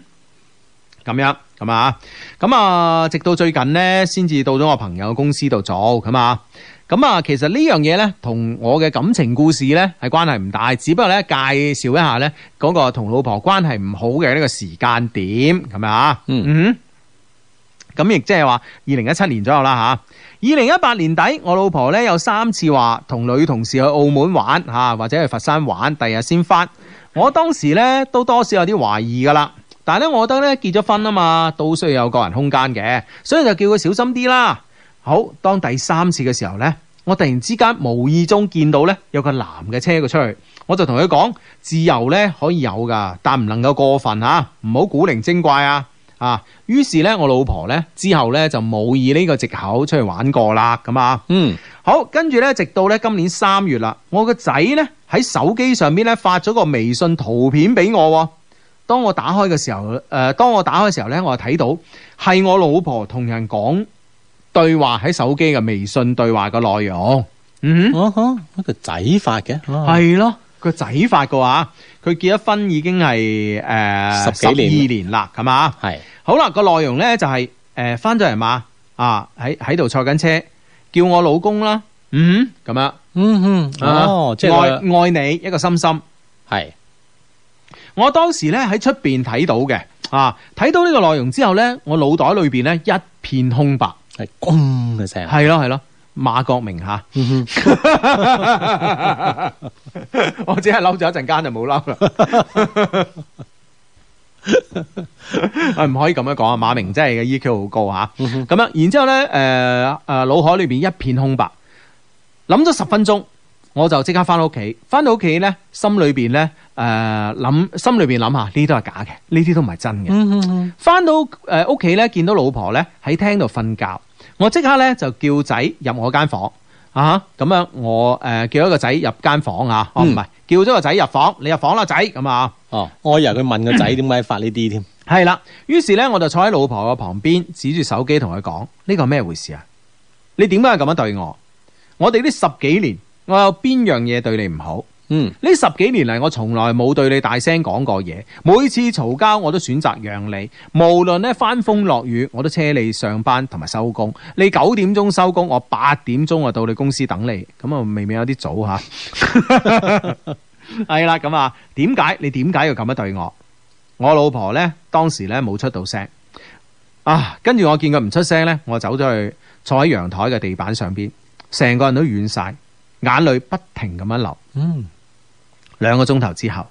哼，咁樣咁啊，咁啊，直到最近咧，先至到咗我朋友公司度做，咁啊。咁啊，其實呢樣嘢咧，同我嘅感情故事咧係關係唔大，只不過咧介紹一下咧嗰個同老婆關係唔好嘅呢個時間點，咁啊，
嗯
嗯哼咁亦即係話二零一七年左右啦吓，二零一八年底，我老婆咧有三次話同女同事去澳門玩吓、啊或者去佛山玩，第日先翻。我當時咧都多少有啲懷疑噶啦，但係咧我覺得咧結咗婚啊嘛，都需要有個人空間嘅，所以就叫佢小心啲啦。好，當第三次嘅時候呢，我突然之間無意中見到呢有個男嘅車佢出去，我就同佢講：自由呢可以有噶，但唔能夠過分啊，唔好古靈精怪啊！啊，於是呢，我老婆呢之後呢就冇以呢個藉口出去玩過啦，咁啊。
嗯
好，跟住咧，直到咧今年三月啦，我個仔咧喺手機上邊咧發咗個微信圖片俾我喎。當我打開嘅時候，誒、當我打開嘅時候咧，我就睇到係我老婆同人講對話喺手機嘅微信對話嘅內容。嗯哼，
哦呵，乜個仔發嘅，係
係咯，個仔發嘅話，佢結咗婚已經係誒
十幾年
二年啦，咁啊。
係
好啦，個內容呢就係、誒翻咗嚟嘛，啊喺喺度坐緊車，叫我老公啦，嗯咁樣，
嗯哼，
啊
哦，即係
愛
個
愛你一個心心。
係
我當時呢喺出邊睇到嘅，啊睇到呢個內容之後呢，我腦袋裏邊呢一片空白，
係轟嘅聲，
係咯係咯，馬國明嚇。
嗯哼
我只係嬲咗一陣間就冇嬲啦。 啊，唔可以咁樣講啊！馬明真係嘅 EQ 好高吓，
嗯
咁樣，然之後咧，誒、誒，腦海裏邊一片空白，諗咗十分鐘，我就即刻翻屋企。翻到屋企咧，心裏邊咧，誒、諗心裏邊諗下，呢啲都係假嘅，呢啲都唔係真嘅。
嗯哼，
翻到誒屋企咧，見到老婆咧喺廳度瞓覺，我即刻咧就叫仔入我間房啊！咁樣我誒、呃叫一個仔入間房啊，哦唔係、叫咗個仔入房，你入房啦仔咁啊！
哦，我以為佢問個仔點解發呢啲添，
係啦，於是咧我就坐喺老婆嘅旁邊，指住手機同佢講：呢個係咩回事啊？你點解咁樣對我？我哋呢十幾年，我有邊樣嘢對你唔好？
嗯
呢十幾年嚟，我從來冇對你大聲講過嘢，每次嘈交我都選擇讓你，無論咧翻風落雨，我都車你上班同埋收工。你九點鐘收工，我八點鐘啊到你公司等你，咁啊未免有啲早吓。 係啦，咁啊，點解你點解要咁樣對我？我老婆呢，當時呢冇出到聲啊，跟住我見佢唔出聲呢，我走咗去坐喺陽台嘅地板上邊，成個人都軟晒，眼淚不停咁樣流。
嗯，
兩個鐘頭之後，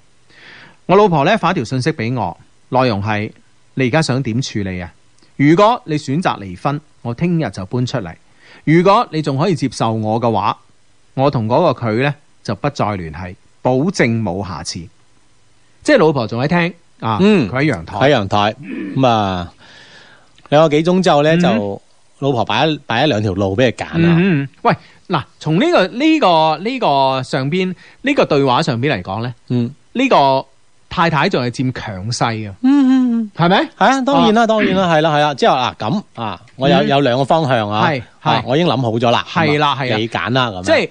我老婆咧發一條信息俾我，內容係：你而家想點處理啊？如果你選擇離婚，我聽日就搬出嚟；如果你仲可以接受我嘅話，我同嗰個佢呢就不再聯繫，保證冇下次。即係老婆仲喺聽啊，
嗯
佢喺陽台
喺陽台咁啊，兩個幾鐘之後咧就老婆擺一擺一兩條路俾佢揀啦。
嗯嗯喂，嗱，從呢、個呢、個呢、個上邊呢、個對話上邊嚟講呢，
嗯
呢、個太太仲係佔強勢啊，
嗯嗯，
係咪？
系啊，當然啦，當 然啦，係啦，係啦。之後嗱咁啊，我有
嗯
有兩個方向啊，
係
啊
係
我已經諗好咗啦，
係啦係啦啊
你揀啦咁樣，
即係誒、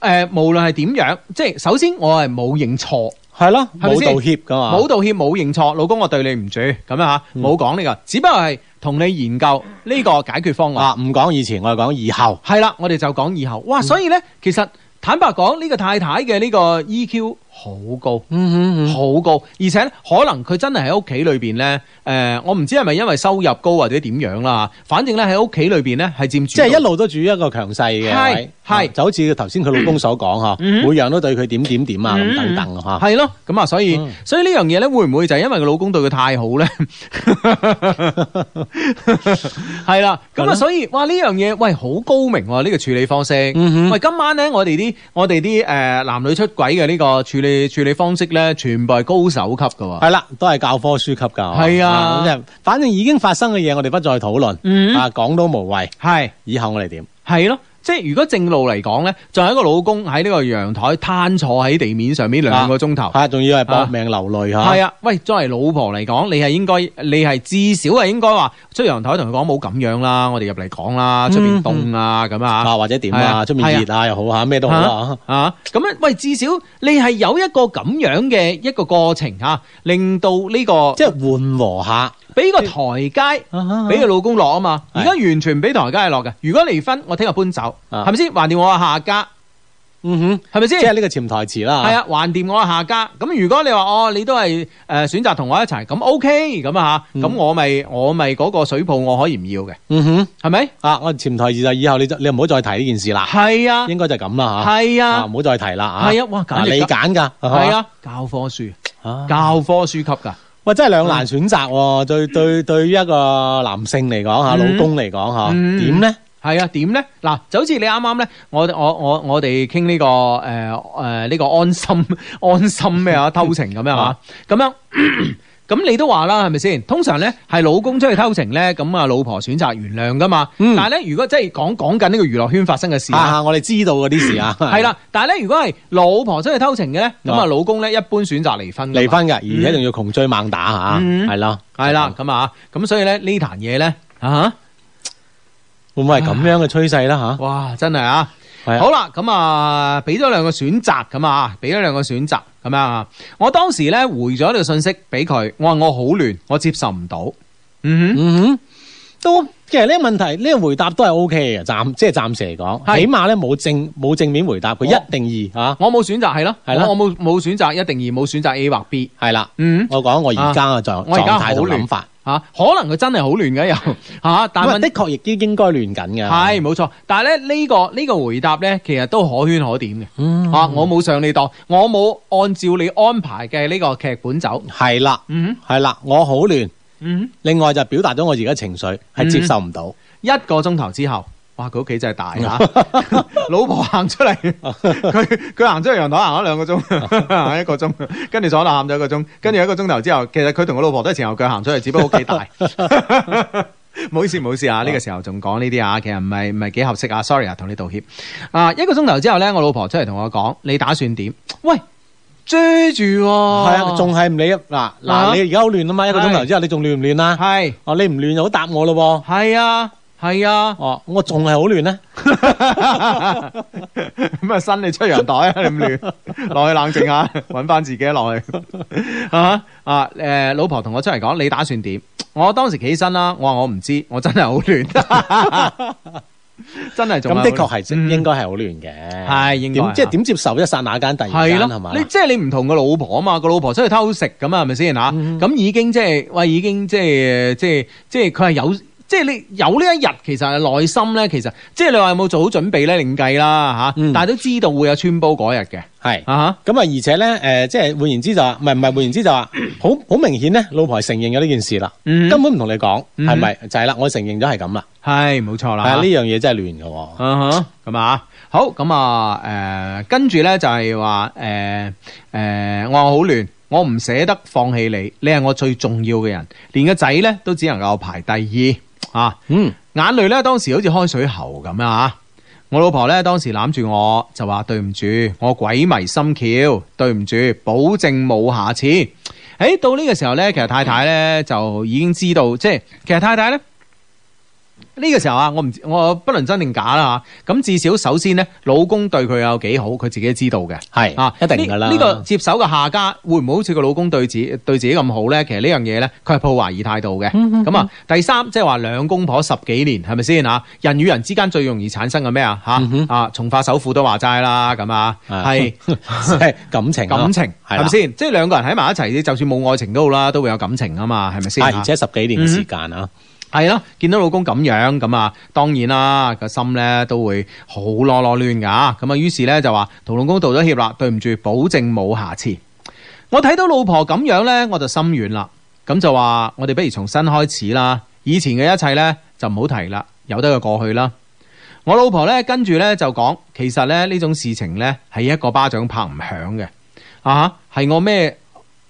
呃，無論係點樣，即係首先我係冇認錯，
係咯，
係咪
冇
先
道歉噶嘛，
冇道歉，冇認錯，老公我對你唔住咁樣嚇，
嗯
冇講呢個，只不過係同你研究呢個解決方案。
啊，唔講以前，我係講以後，
係啦、我哋就講以後。
嗯
哇，所以呢，其實坦白講，呢、個太太嘅呢個 EQ 好高。
嗯
好高，而且呢可能佢真係喺屋企裏邊呢，誒、呃我唔知係咪因為收入高或者點樣啦，反正呢，喺屋企裏邊呢係佔主
即
導，
係一路都處於一個強勢嘅
係
位，
係嗯
啊就好似頭先佢老公所講嚇，每樣都對佢點點點啊嗯咁等等嚇，
係咯，咁啊，所以、所以呢樣嘢咧，會唔會就係因為個老公對佢太好 咧？係啦，咁
係
啊，
咯
所以哇，呢樣嘢喂好高明喎、呢、個處理方式。
嗯哼
呃喂，今晚咧，我哋啲我哋啲誒男女出軌嘅呢個處理處理方式咧，全部係高手級噶喎。
係啦，都係教科書級㗎。
係啊
咁就反正已經發生嘅嘢，我哋不再討論。
嗯
啊，講都無謂。
係
以後我哋點？
係咯。即係如果正路嚟講咧，就係一個老公喺呢個陽台攤坐喺地面上面兩個鐘頭，
啊，仲要係搏命流淚嚇。
係啊，喂，作為老婆嚟講，你係應該，你係至少係應該話出陽台同佢講冇咁樣啦，我哋入嚟講啦，出邊凍啊咁
嗯啊，
啊，
或者點
係
啊，
啊
出面熱啊又好嚇，咩都好啦。
啊啊咁樣，喂，至少你係有一個咁樣嘅一個過程嚇，令到呢個
即係緩和下。
俾個台階
啊
俾佢老公啊落啊嘛，
係
而家完全唔俾台階落嘅。如果離婚，我聽日搬走，
啊
係咪先？橫掂我係下家，
嗯哼，
係咪先？
即係呢個潛台詞啦。
係啊，橫掂我係下家。咁如果你話哦，你都係誒、呃、選擇同我一齊，咁 OK 咁啊嚇，咁、
嗯
我咪我咪嗰個水泡我可以唔要嘅，
嗯哼，
係咪？
啊，我潛台詞就以後你就你唔好再提呢件事啦，
係啊，
應該就咁啦嚇。
係
啊，
啊，
唔好再提啦嚇。
係啊哇簡直
你揀㗎。
係啊，教科書，
啊。
教科書級㗎，
喂，真係兩難選擇喎。對對對於一個男性嚟講嚇，
嗯
老公嚟講嚇，
嗯
點咧？
係啊，點咧？嗱，就好似你啱啱咧，我我我我哋傾呢個誒誒呢個安心 安心咩啊偷情咁樣 啊，咁樣。 咁你都話啦，係咪先？通常咧係老公出去偷情咧，咁啊老婆選擇原諒噶嘛。
嗯
但係咧，如果即係講講緊呢個娛樂圈發生嘅事啊
啊，我哋知道嗰啲事啊，
係啦，但係咧，如果係老婆出去偷情嘅咧，咁啊，
啊
老公咧一般選擇離婚㗎嘛。
離婚㗎，而且仲要窮追猛打嚇，
嗯
係啦，
係啦，咁啊，咁所以咧呢壇嘢咧啊，
會唔會係咁樣嘅趨勢啦
哇，真係啊！
嚇？係啊
好啦，咁啊，俾咗兩個選擇咁啊，俾咗兩個選擇咁樣啊。我當時咧回咗呢個信息俾佢，我話我好亂，我接受唔到。嗯
嗯哼，都其實呢個問題呢個回答都係 O K 嘅，暫即係暫時嚟講，
係
起碼咧冇正冇正面回答，佢
我
一定二啊
哼，我冇選擇係咯，
係啦
我我冇冇選擇，一定而冇選擇 A 或 B。
嚇，係啦。
嗯啊
我講我而家嘅狀
我而
狀
家
態
好
同
亂
諗法，
啊，可能佢真係好亂嘅又 吓，但
咁啊
係
的確亦都應該亂緊嘅。
係冇錯，但係咧呢個呢個回答咧，其實都可圈可點嘅。
嗯
啊，我冇上你當，我冇按照你安排嘅呢個劇本走。
係啦，
嗯
係啦，我好亂。
嗯，
另外就表達咗我而家情緒係接受唔到，
一個鐘頭之後，哇！佢屋企真係大嚇，
嗯
老婆行出 嚟，佢佢行出嚟陽台行咗兩個鐘，行一個鐘，跟住坐度喊咗一個鐘，跟住一個鐘頭之後，其實佢同佢老婆都係前後腳行出嚟，只不過屋企大。 唔好意思，唔好意思啊！呢、個時候仲講呢啲啊，其實唔係唔係幾合適啊，sorry 啊，同你道歉。啊，一個鐘頭之後咧，我老婆出嚟同我講：你打算點？喂，追住喎、
係啊，仲係唔理嗱
哦啊
嗱，你而家好亂啊嘛，一個鐘頭之後你仲亂唔亂啊？
係
哦，你唔亂就好答我咯
係啊，係啊
喎。，哦，我仲係好亂咧，
咁啊，伸你出陽台啊，你唔 亂，落去冷靜下，揾翻自己落去啊啊！誒、老婆同我出嚟講，你打算點？我當時企起身啦，我話我唔知，我真係好 亂，真係仲
咁的確係
嗯
真應該係好亂嘅。
係應該
點即係點接受一剎那間突然
係
間係嘛
咯，？你即係你唔同個老婆啊嘛，個老婆出去偷食咁啊，係咪先吓？
嗯
咁已經即係喂，已經即係即係即係佢係有。即係你有呢一日，其實係內心咧，其實即係你話有冇做好準備咧，另計啦嚇。
嗯
但係都知道會有穿煲嗰日嘅
係
啊
咁啊，而且咧誒，即係換言之就話，唔係唔係換言之就話，好好明顯咧，老婆係承認咗呢件事啦，
嗯
根本唔同你講
嗯
係咪就係啦，我承認咗係咁啦，
嚇，係冇錯
係
啦。
啊，呢樣嘢真係亂嘅喎。
嗯哼，咁啊，好，咁啊，誒、跟住咧就係話，誒、誒、我話好亂，我唔捨得放棄你，你係我最重要嘅人，連個仔咧都只能夠排第二啊，
嗯，
眼淚咧當時好似開水喉咁啊，我老婆咧當時攬住我就話對唔住，我鬼迷心竅，對唔住，保證冇下次。誒、到呢個時候咧，其實太太咧就已經知道，即係其實太太咧。呢個時候啊，我唔知我不論真定假啦嚇，咁至少首先咧，老公對佢有幾好，佢自己都知道嘅。
係
啊，
一定㗎啦。
呢、呢個接手嘅下家會唔會好似個老公對自己對自己咁好咧？其實呢樣嘢咧，佢係抱懷疑態度嘅。
嗯
咁啊、第三即係話兩公婆十幾年係咪先啊？人與人之間最容易產生嘅咩啊？嚇、啊，從化首富都話齋啦，咁啊，
嗯啊
係。
係感情啊
感情
係
係
啦
咪先？即係兩個人喺埋一齊，你就算冇愛情都好啦，都會有感情啊嘛，係咪先？
啊，而且十幾年嘅時間
嗯
啊，
係咯，見到老公咁樣咁啊，當然啦，個心咧都會好囉囉攣噶。咁啊，於是咧就話同老公道咗歉啦，對唔住，保證冇下次。我睇到老婆咁樣咧，我就心軟啦。咁就話我哋不如重新開始啦，以前嘅一切咧就唔好提啦，由得佢過去啦。我老婆咧跟住咧就講，其實咧呢種事情咧係一個巴掌拍唔響嘅。啊，係我咩？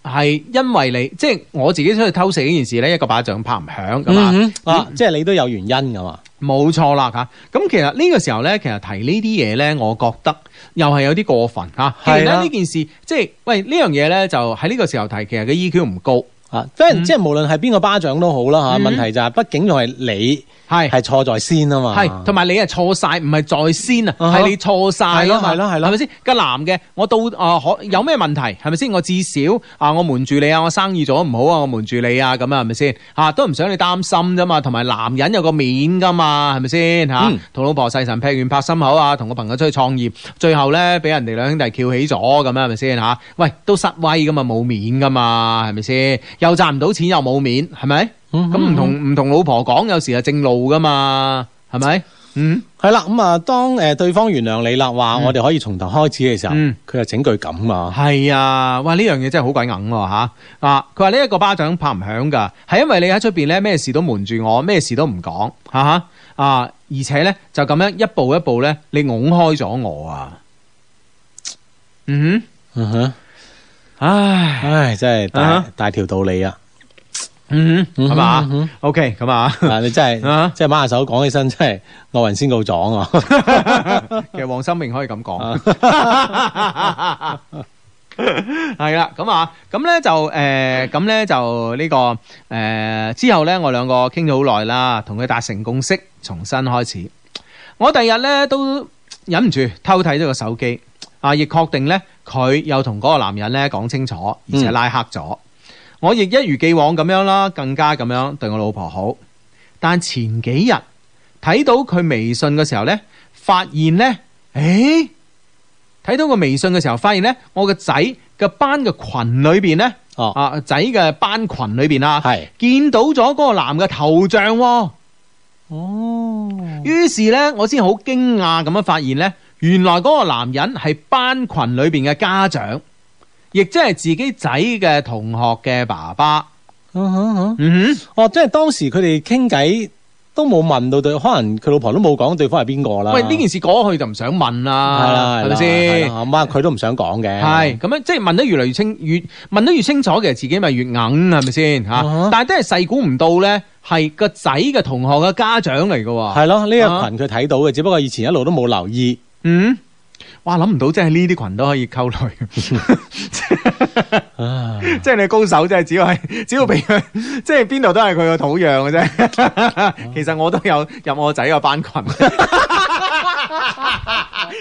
係因為你，即係我自己出去偷食呢件事咧，一個巴掌拍唔響咁嘛。
嗯哼啊，即係你都有原因噶嘛？
冇錯啦嚇，咁其實呢個時候咧，其實提呢啲嘢咧，我覺得又係有啲過分嚇。其實
係
咧
啦
呢件事，即係喂呢樣嘢咧，就喺呢個時候提，其實個 EQ 唔高，
啊，即係即係無論係邊個巴掌都好啦
嗯
嚇，問題就係畢竟仲係你
係
係錯在先啊嘛，
係，同埋你係錯晒，唔係在先啊，
啊哈
係你錯晒啊嘛
係咯係咯係咯
係咪先？個男嘅，我到啊可、有咩問題係咪先？我至少啊，我瞞住你啊，我生意做得唔好啊，我瞞住你啊，咁啊係咪先？啊，都唔想你擔心啫嘛。同埋男人有個面噶嘛，係咪先嚇？
嗯
同、老婆細神劈完拍心口啊，同個朋友出去創業，最後咧俾人哋兩兄弟翹起咗咁啊，係咪先嚇？喂，都失威噶嘛，冇面噶嘛，係咪先？又賺唔到錢又冇面，係咪？咁唔同唔同老婆講，有時係正路噶嘛，係咪？嗯，
係啦，咁啊，當誒對方原諒你啦，話我哋可以從頭開始嘅時候，
嗯
佢就整句咁啊，
係啊，哇！呢樣嘢真係好鬼硬喎嚇啊！佢話呢一個巴掌拍唔響㗎，係因為你喺出邊咧咩事都瞞住我，咩事都唔講嚇啊！而且咧就咁樣一步一步咧，你拱開咗我啊！嗯
嗯哼，
哼，唉。
唉，真係
啊
大
哈
大條道理啊，
嗯哼，係
嗯
嘛
哼
？OK，咁啊，
啊，你真
啊
係即係馬下手講起身，真係惡人先告 狀啊！
其實黃心明可以咁講， 係啦，咁啊，咁咧就誒，呃咁、咧就呢、個誒、呃之後咧，我兩個傾咗好耐啦，同佢達成共識，重新開始。我第日咧都忍唔住偷睇咗個手機，啊，亦確定咧佢又同嗰個男人咧講清楚，而且拉黑咗。我亦一如既往咁樣啦，更加咁樣對我老婆好。但前幾日睇到佢微信嘅時候咧，發現咧，誒睇到個微信嘅時候，發現咧，我個仔嘅班嘅群裏邊咧，
哦
啊仔嘅班群裏邊啊，
係
見到咗嗰個男嘅頭像喎、
哦，
於是咧，我先好驚訝咁樣發現咧，原來嗰個男人係班群裏邊嘅家長，亦即係自己仔嘅同學嘅爸爸。
嗯哼哼
嗯
哦，即係當時佢哋傾偈都冇問到對，可能佢老婆都冇講對方係邊個啦。
哼，喂，呢件事過去就唔想問
啊係啦
啦，，係咪
係
先
啦？阿媽佢都唔想講嘅。
係咁樣，即係問得越嚟越清，越問得越清楚，其實自己咪越硬，係咪先吓？
啊哈
但係都係細估唔到咧，係個仔嘅同學嘅家長嚟嘅喎。
係咯，呢
啊
個群佢睇到嘅，只不過以前一路都冇留意。
嗯，哇，諗唔到真係呢啲群都可以溝女。
啊，
即係你高手，即係只要係只要俾佢，即係邊度都係佢個土壤嘅啫。其實我都有入我仔個班群。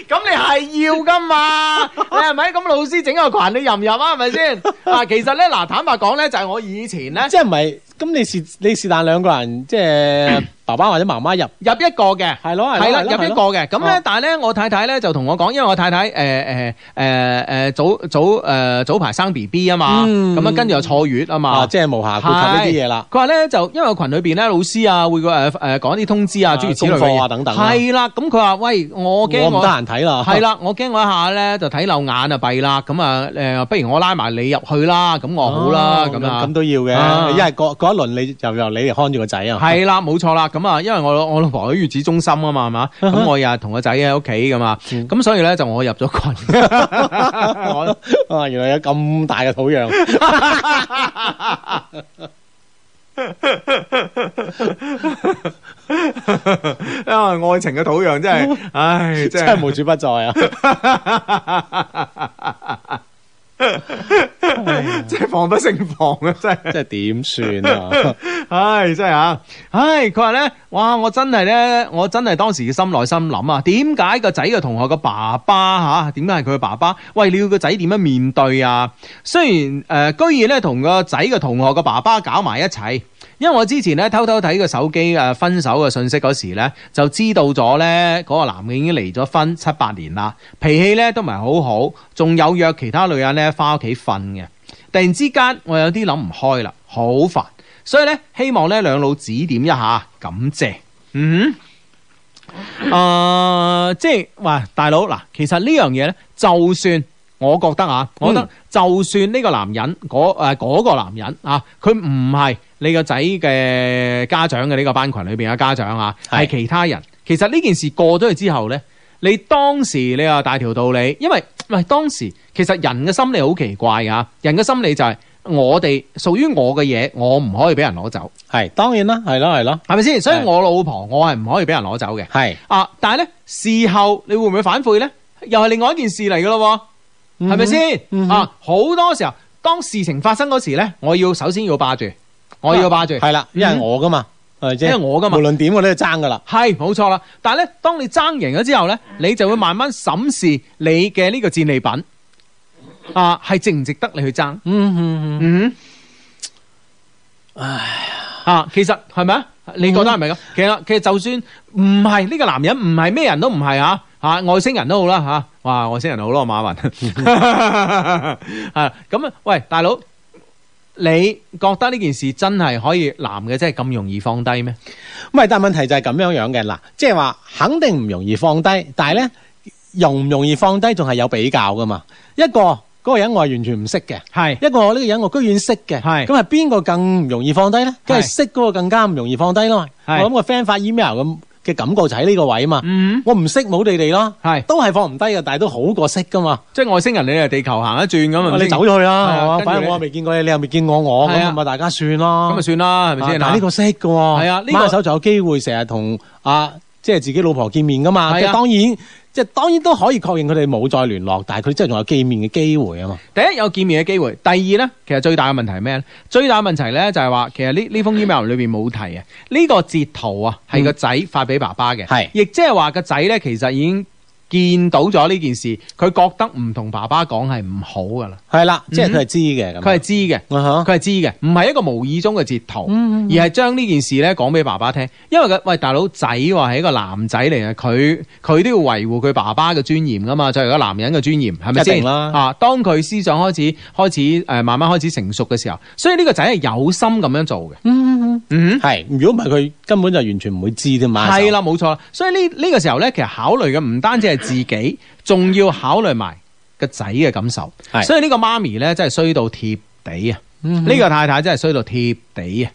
咁你係要噶嘛？你係咪咁老師整個群你入唔入啊？係咪先？啊，其實咧嗱，坦白講咧，就係、我以前咧
即係唔係？咁你是你是但兩個人，即係爸爸或者媽媽入，
入一個嘅。
係咯
係
係
啦，
咯
入
係咯
一個嘅，咁咧
哦，
但係咧，我太太咧就同我講，因為我太太誒誒誒誒早早誒、呃早排生 B B 啊嘛，
嗯
咁啊跟住又坐月啊嘛
啊，，即係無暇顧及呢啲嘢啦。
佢話咧就因為群裏邊咧老師啊會個誒誒講啲通知啊
啊
諸如此類嘅
功
嘢
課啊等等啊
係啦，咁佢話喂我
我
驚
唔得
我。
閒睇啦。
係啦，我驚我一下咧就睇漏眼啊弊啦，咁啊誒，不如我拉埋你入去啦，咁我好啦，
哦
咁啊
咁都要
啊
嘅，因為嗰嗰一輪你就由你嚟看住個仔 啊。
係啦，冇錯啦，咁啊，因為我老我老婆喺月子中心啊嘛，係 嘛，咁我日日同個仔喺屋企噶嘛，
嗯
咁所以咧就我入咗群，我
啊，原來有咁大嘅土壤。
因為愛情嘅土壤 真係， 唉，
真係無處不在啊！
真係防不勝防啊，真係。
即係點算啊？
唉，真係啊！唉，佢話咧，哇！我真係咧，我真係當時嘅心內心諗啊，點解個仔嘅同學嘅爸爸吓，啊點解係佢嘅爸爸？喂，你要個仔點樣面對啊？雖然誒、呃居然咧同個仔嘅同學嘅爸爸搞埋一齊。因為我之前咧偷偷睇個手機誒分手嘅信息嗰時咧，就知道咗咧嗰個男嘅已經離咗婚七八年啦，脾氣咧都唔係好好，仲有約其他女人咧翻屋企瞓嘅。突然之間，我有啲諗唔開啦，好煩。所以咧，希望咧兩老指點一下，感謝。嗯哼，啊、即係哇，大佬嗱，其實呢樣嘢咧，就算我覺得啊，我覺得就算呢個男人嗰誒嗰個男人啊，佢唔係你個仔嘅家長嘅呢個班群裏邊嘅家長啊，係
係
其他人。其實呢件事過咗去之後咧，你當時你又大條道理，因為唔喂，當時其實人嘅心理好奇怪㗎，人嘅心理就係我哋屬於我嘅嘢，我唔可以俾人攞走，
係當然啦，係咯係咯，
係咪先？所以
係
我老婆我係唔可以俾人攞走嘅。
係
啊，但係咧事後你會唔會反悔咧？又係另外一件事嚟㗎咯喎，係咪先？
嗯哼
啊，好多時候當事情發生嗰時咧，我要首先要霸住，我要霸住，
啊係啦，因為
嗯
我噶嘛，係咪先？
因為我㗎嘛
無論點我都要爭噶啦。
係冇錯啦。但係咧，當你爭贏咗之後咧，你就會慢慢審視你嘅呢個戰利品啊，係值唔值得你去爭？
嗯嗯
嗯，唉啊，其實係咪啊？你覺得係咪咁？其實其實就算唔係呢個男人，唔係咩人都唔係啊，吓、外星人都好啦吓、哇外星人好咯，馬雲 啊咁啊，喂大佬，你覺得呢件事真係可以男嘅真係咁容易放低咩？
唔係，但問題就係咁樣樣嘅嗱，即係話肯定唔容易放低，但係咧容唔容易放低仲係有比較噶嘛。一個嗰、個人我係完全唔識嘅，
係
一個呢個人我居然識嘅，
係
咁係邊個更唔容易放低咧？梗係識嗰個更加唔容易放低咯。我
係
諗個 friend 發 email 咁嘅感覺就喺呢個位嘛。
嗯，
我唔識冇地地咯，
係
都係放唔低嘅，但係都好過識噶嘛。
即係外星人，你係地球行一轉咁啊，
哦你走咗去
係
啦，
啊
係嘛
跟住
反正
你
我又未見過你，你又未見過我，
係啊
咁咪大家算咯。
咁咪算啦，係咪
啊
先？
但係呢個識嘅喎，
係啊呢個
馬手就有機會成日同啊，即係自己老婆見面噶嘛。即
係
係
啊
當然，即係當然都可以確認佢哋冇再聯絡，但係佢真係仲有見面嘅機會啊嘛。
第一有見面嘅機會，第二咧，其實最大嘅問題係咩咧？最大嘅問題咧就係話，其實呢呢 封 email 裏邊冇提啊，呢、個截圖啊係個仔發俾爸爸嘅，
嗯係
亦即係話個仔咧其實已經見到咗呢件事，佢覺得唔同爸爸講係唔好噶啦，
係啦，即係
嗯
佢係知嘅咁。
佢係知嘅。
啊嗯
佢係知嘅，唔係一個無意中嘅截圖，而係將呢件事咧講俾爸爸聽。因為佢喂大佬仔話係一個男仔嚟嘅，佢佢都要維護佢爸爸嘅尊嚴噶嘛，作為一個男人嘅尊嚴，係咪
一
先？
定啦
啊，當佢思想開始開始誒、呃慢慢開始成熟嘅時候，所以呢個仔係有心咁樣做嘅。嗯
哈，係如果唔係佢根本就完全唔會知添嘛。
係啦，冇錯啦。所以呢呢、個時候咧，其實考慮嘅唔單止係自己，仲要考慮埋個仔嘅感受
係。嗯
所以呢個媽咪咧，真係衰到貼地啊！呢、個太太真係衰到貼地啊！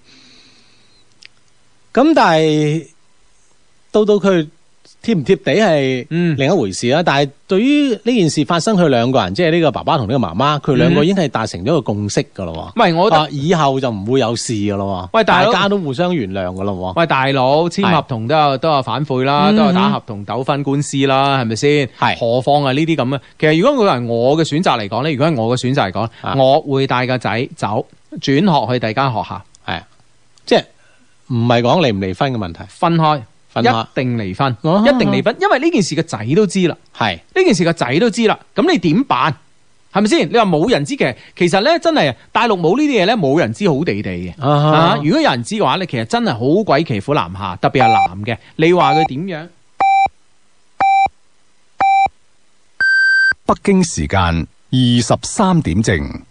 咁，但係到到佢貼唔貼地係
嗯
另一回事啦。但係對於呢件事發生，佢兩個人即係呢個爸爸同呢個媽媽，佢兩個
嗯
已經係達成咗個共識噶咯。
唔係我覺得
啊以後就唔會有事噶咯。
喂大
大
佬
家都互相原諒噶咯。
喂，大佬簽
係
合同都有都有反悔啦，
嗯
都有打合同糾紛官司啦，係咪先？
係
何況係呢啲咁嘅。其實如果佢係我嘅選擇嚟講咧，如果係我嘅選擇嚟講，
啊
我會帶個仔走，轉學去第二間學校，
系，即系唔係講離唔離婚嘅問題，
分開，
分開
一定離婚，
哦
一定離婚，因為呢件事個仔都知啦，
係
呢件事個仔都知啦，咁你點辦？係咪先？你話冇人知嘅，其實咧真係大陸冇呢啲嘢咧，冇人知好地地嘅。啊！
啊
如果有人知嘅話咧，其實真係好鬼騎虎難下，特別係男嘅。你話佢點樣？
北京時間二十三點正。